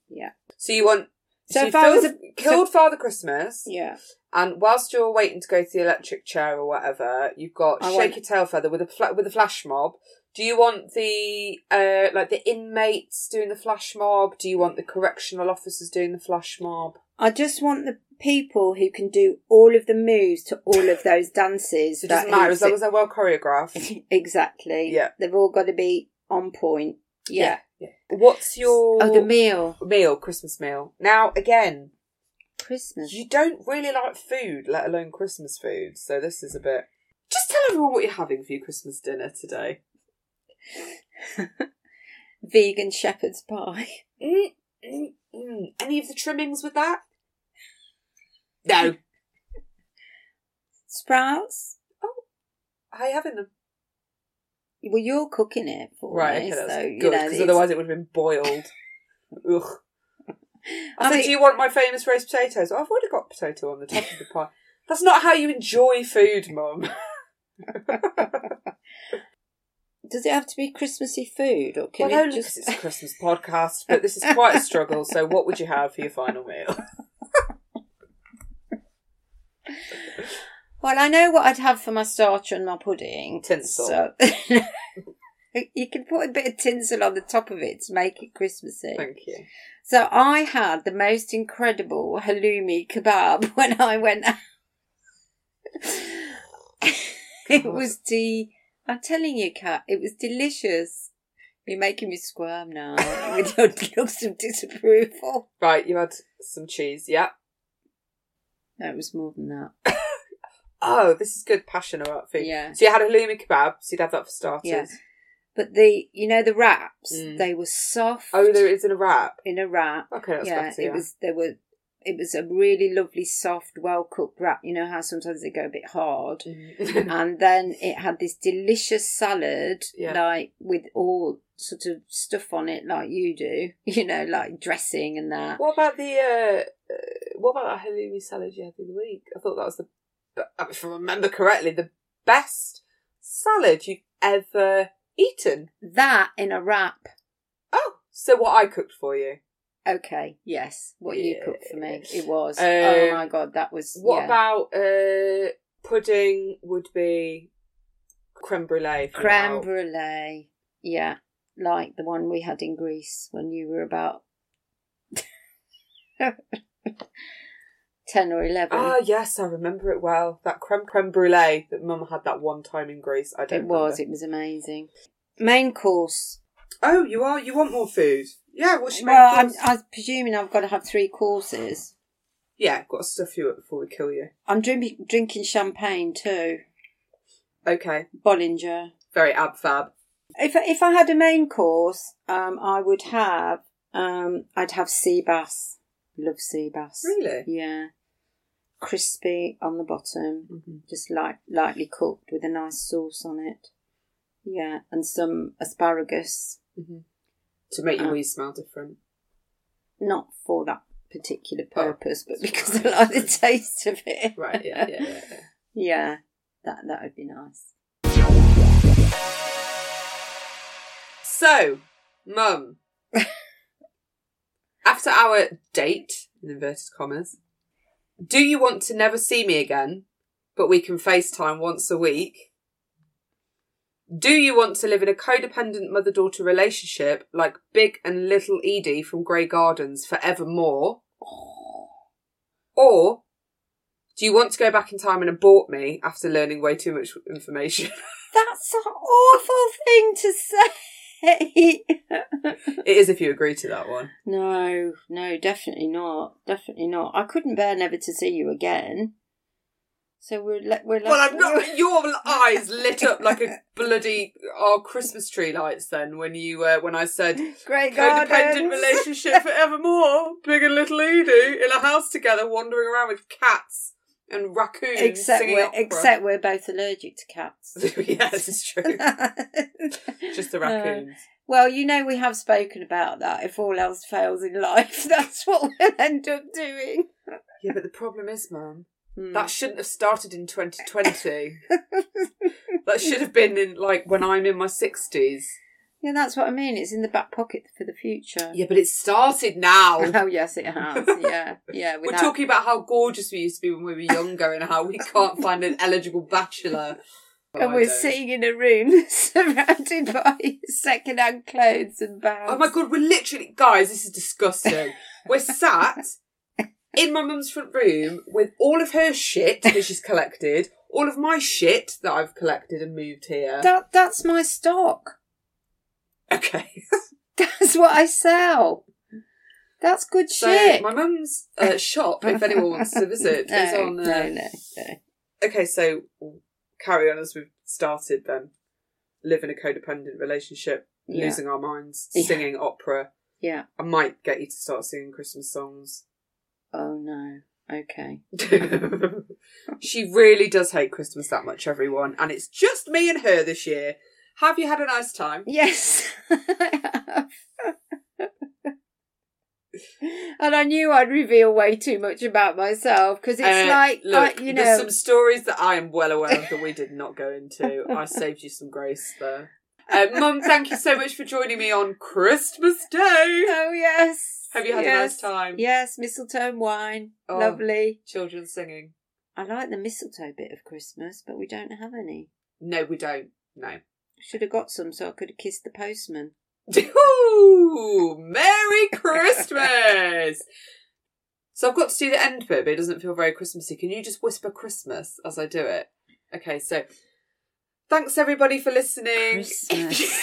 Yeah. So you want. So So, if I was Phil's a- killed Father Christmas, Yeah. and whilst you're waiting to go to the electric chair or whatever, you've got I shake want- your tail feather with a fla- with a flash mob. Do you want the uh like the inmates doing the flash mob? Do you want the correctional officers doing the flash mob? I just want the people who can do all of the moves to all of those dances. So it that doesn't matter he as long si- as they're well choreographed. exactly. Yeah. They've all got to be on point. Yeah. yeah. What's your Oh, the meal. meal? Christmas meal. Now again, Christmas. you don't really like food, let alone Christmas food. So this is a bit. Just tell everyone what you're having for your Christmas dinner today. Vegan shepherd's pie. Mm, mm, mm. Any of the trimmings with that? No. Sprouts? How are you having them? Well, you're cooking it for me, Oh, okay, that's so good, you know. because it's- otherwise it would have been boiled. Ugh. I, I said, mean- do you want my famous roast potatoes? Oh, I've already got potato on the top of the pie. That's not how you enjoy food, Mum. does it have to be Christmassy food, or can Well, only it 'cause just? it's a Christmas podcast, but this is quite a struggle. So, what would you have for your final meal? Well, I know what I'd have for my starter and my pudding. Tinsel. So... you can put a bit of tinsel on the top of it to make it Christmassy. Thank you. So I had the most incredible halloumi kebab when I went out. it God. was de. I'm telling you, Kat, it was delicious. You're making me squirm now with your looks of disapproval. Right, you had some cheese, yeah. No, it was more than that. Oh, this is good passion about food. Yeah. So you had a halloumi kebab, so you'd have that for starters. Yeah. But the, you know, the wraps, Mm. they were soft Oh, there is in a wrap. in a wrap. Okay, that's yeah, better. it yeah. was. They were. It was a really lovely, soft, well cooked wrap. You know how sometimes they go a bit hard. Mm. and then it had this delicious salad, Yeah. like with all sort of stuff on it, like you do, you know, like dressing and that. what about the uh, uh, what about that halloumi salad you had the other week? I thought that was the, be- if I remember correctly, the best salad you've ever eaten. That in a wrap. Oh, so what I cooked for you? Okay, yes, what you Yeah. cooked for me, it was. Um, oh my god, that was. What yeah. about uh, pudding? Would be creme brulee. if you creme will. brulee? Yeah, like the one we had in Greece when you were about ten or eleven. Ah, yes, I remember it well. That creme creme brulee that Mum had that one time in Greece. I don't. it was. remember. It was amazing. Main course. Oh, you are. You want more food? Yeah. Well, she Well, made I'm, those- I'm presuming I've got to have three courses. Yeah, got to stuff you up before we kill you. I'm drink, drinking champagne too, Okay. Bollinger. Very ab fab. If I- if I had a main course, um, I would have um, I'd have sea bass. Love sea bass. Really? Yeah. Crispy on the bottom, Mhm. just light lightly cooked with a nice sauce on it. Yeah, and some asparagus. To make your Uh. wee smell different. Not for that particular Oh. purpose, but because I like the taste of it. Right, yeah, yeah, yeah. yeah. Yeah, that that would be nice. so, Mum. after our date, in inverted commas, do you want to never see me again, but we can FaceTime once a week? Do you want to live in a codependent mother daughter relationship like Big and Little Edie from Grey Gardens forevermore? Or Do you want to go back in time and abort me after learning way too much information? That's an awful thing to say. it is if you agree to that one. no, no, definitely not. Definitely not. I couldn't bear never to see you again. So we're le- we're left. Well, I'm not. Your eyes lit up like a bloody oh Christmas tree lights. Then when you uh, when I said great codependent gardens. relationship forevermore, big and little Edie in a house together, wandering around with cats and raccoons. Except singing we're opera. except we're both allergic to cats. yeah, this is true. Just the No. raccoons. Well, you know, we have spoken about that. If all else fails in life, that's what we'll end up doing. Yeah, but the problem is, man, Hmm. that shouldn't have started in 2020. that should have been in like when I'm in my 60s. yeah, that's what I mean. It's in the back pocket for the future. Yeah, but it started now. Oh, yes, it has. Yeah, yeah. We're Without... talking about how gorgeous we used to be when we were younger and how we can't find an eligible bachelor. Oh, and I we're don't. sitting in a room surrounded by second-hand clothes and bags. Oh my god, we're literally guys, this is disgusting. We're sat in my mum's front room with all of her shit that she's collected, all of my shit that I've collected and moved here. That that's my stock. Okay. That's what I sell. That's good So shit. my mum's uh, shop, if anyone wants to visit, no, is on uh, no, no, no. Okay, so carry on as we've started then. Live in a codependent relationship, Yeah. losing our minds, Yeah. singing opera. Yeah. I might get you to start singing Christmas songs. Oh no. Okay. she really does hate Christmas that much, everyone, and it's just me and her this year. Have you had a nice time? Yes. and I knew I'd reveal way too much about myself because it's Uh, like, Look, I, you there's know, some stories that I am well aware of that we did not go into. I saved you some grace there. Uh, Mum, thank you so much for joining me on Christmas Day. oh yes. Have you had a yes. nice time? Yes, mistletoe and wine. Oh. Lovely. Children singing. I like the mistletoe bit of Christmas, but we don't have any. No, we don't. No. Should have got some so I could have kissed the postman. Ooh, Merry Christmas! so I've got to do the end bit, but it doesn't feel very Christmassy. Can you just whisper Christmas as I do it? Okay, so thanks everybody for listening. Christmas.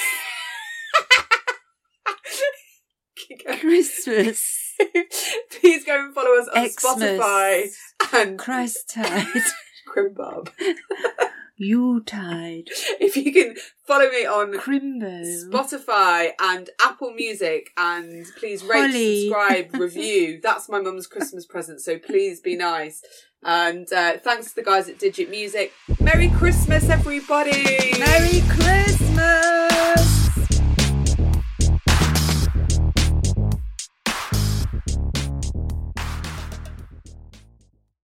Keep going. Christmas. Please go and follow us on Spotify and Christtide. Crimbub. Yuletide. If you can follow me on Crimbo. Spotify and Apple Music, and please rate, Holly. subscribe, review. That's my mum's Christmas present, so please be nice. And uh, thanks to the guys at Digit Music. Merry Christmas, everybody! Merry Christmas!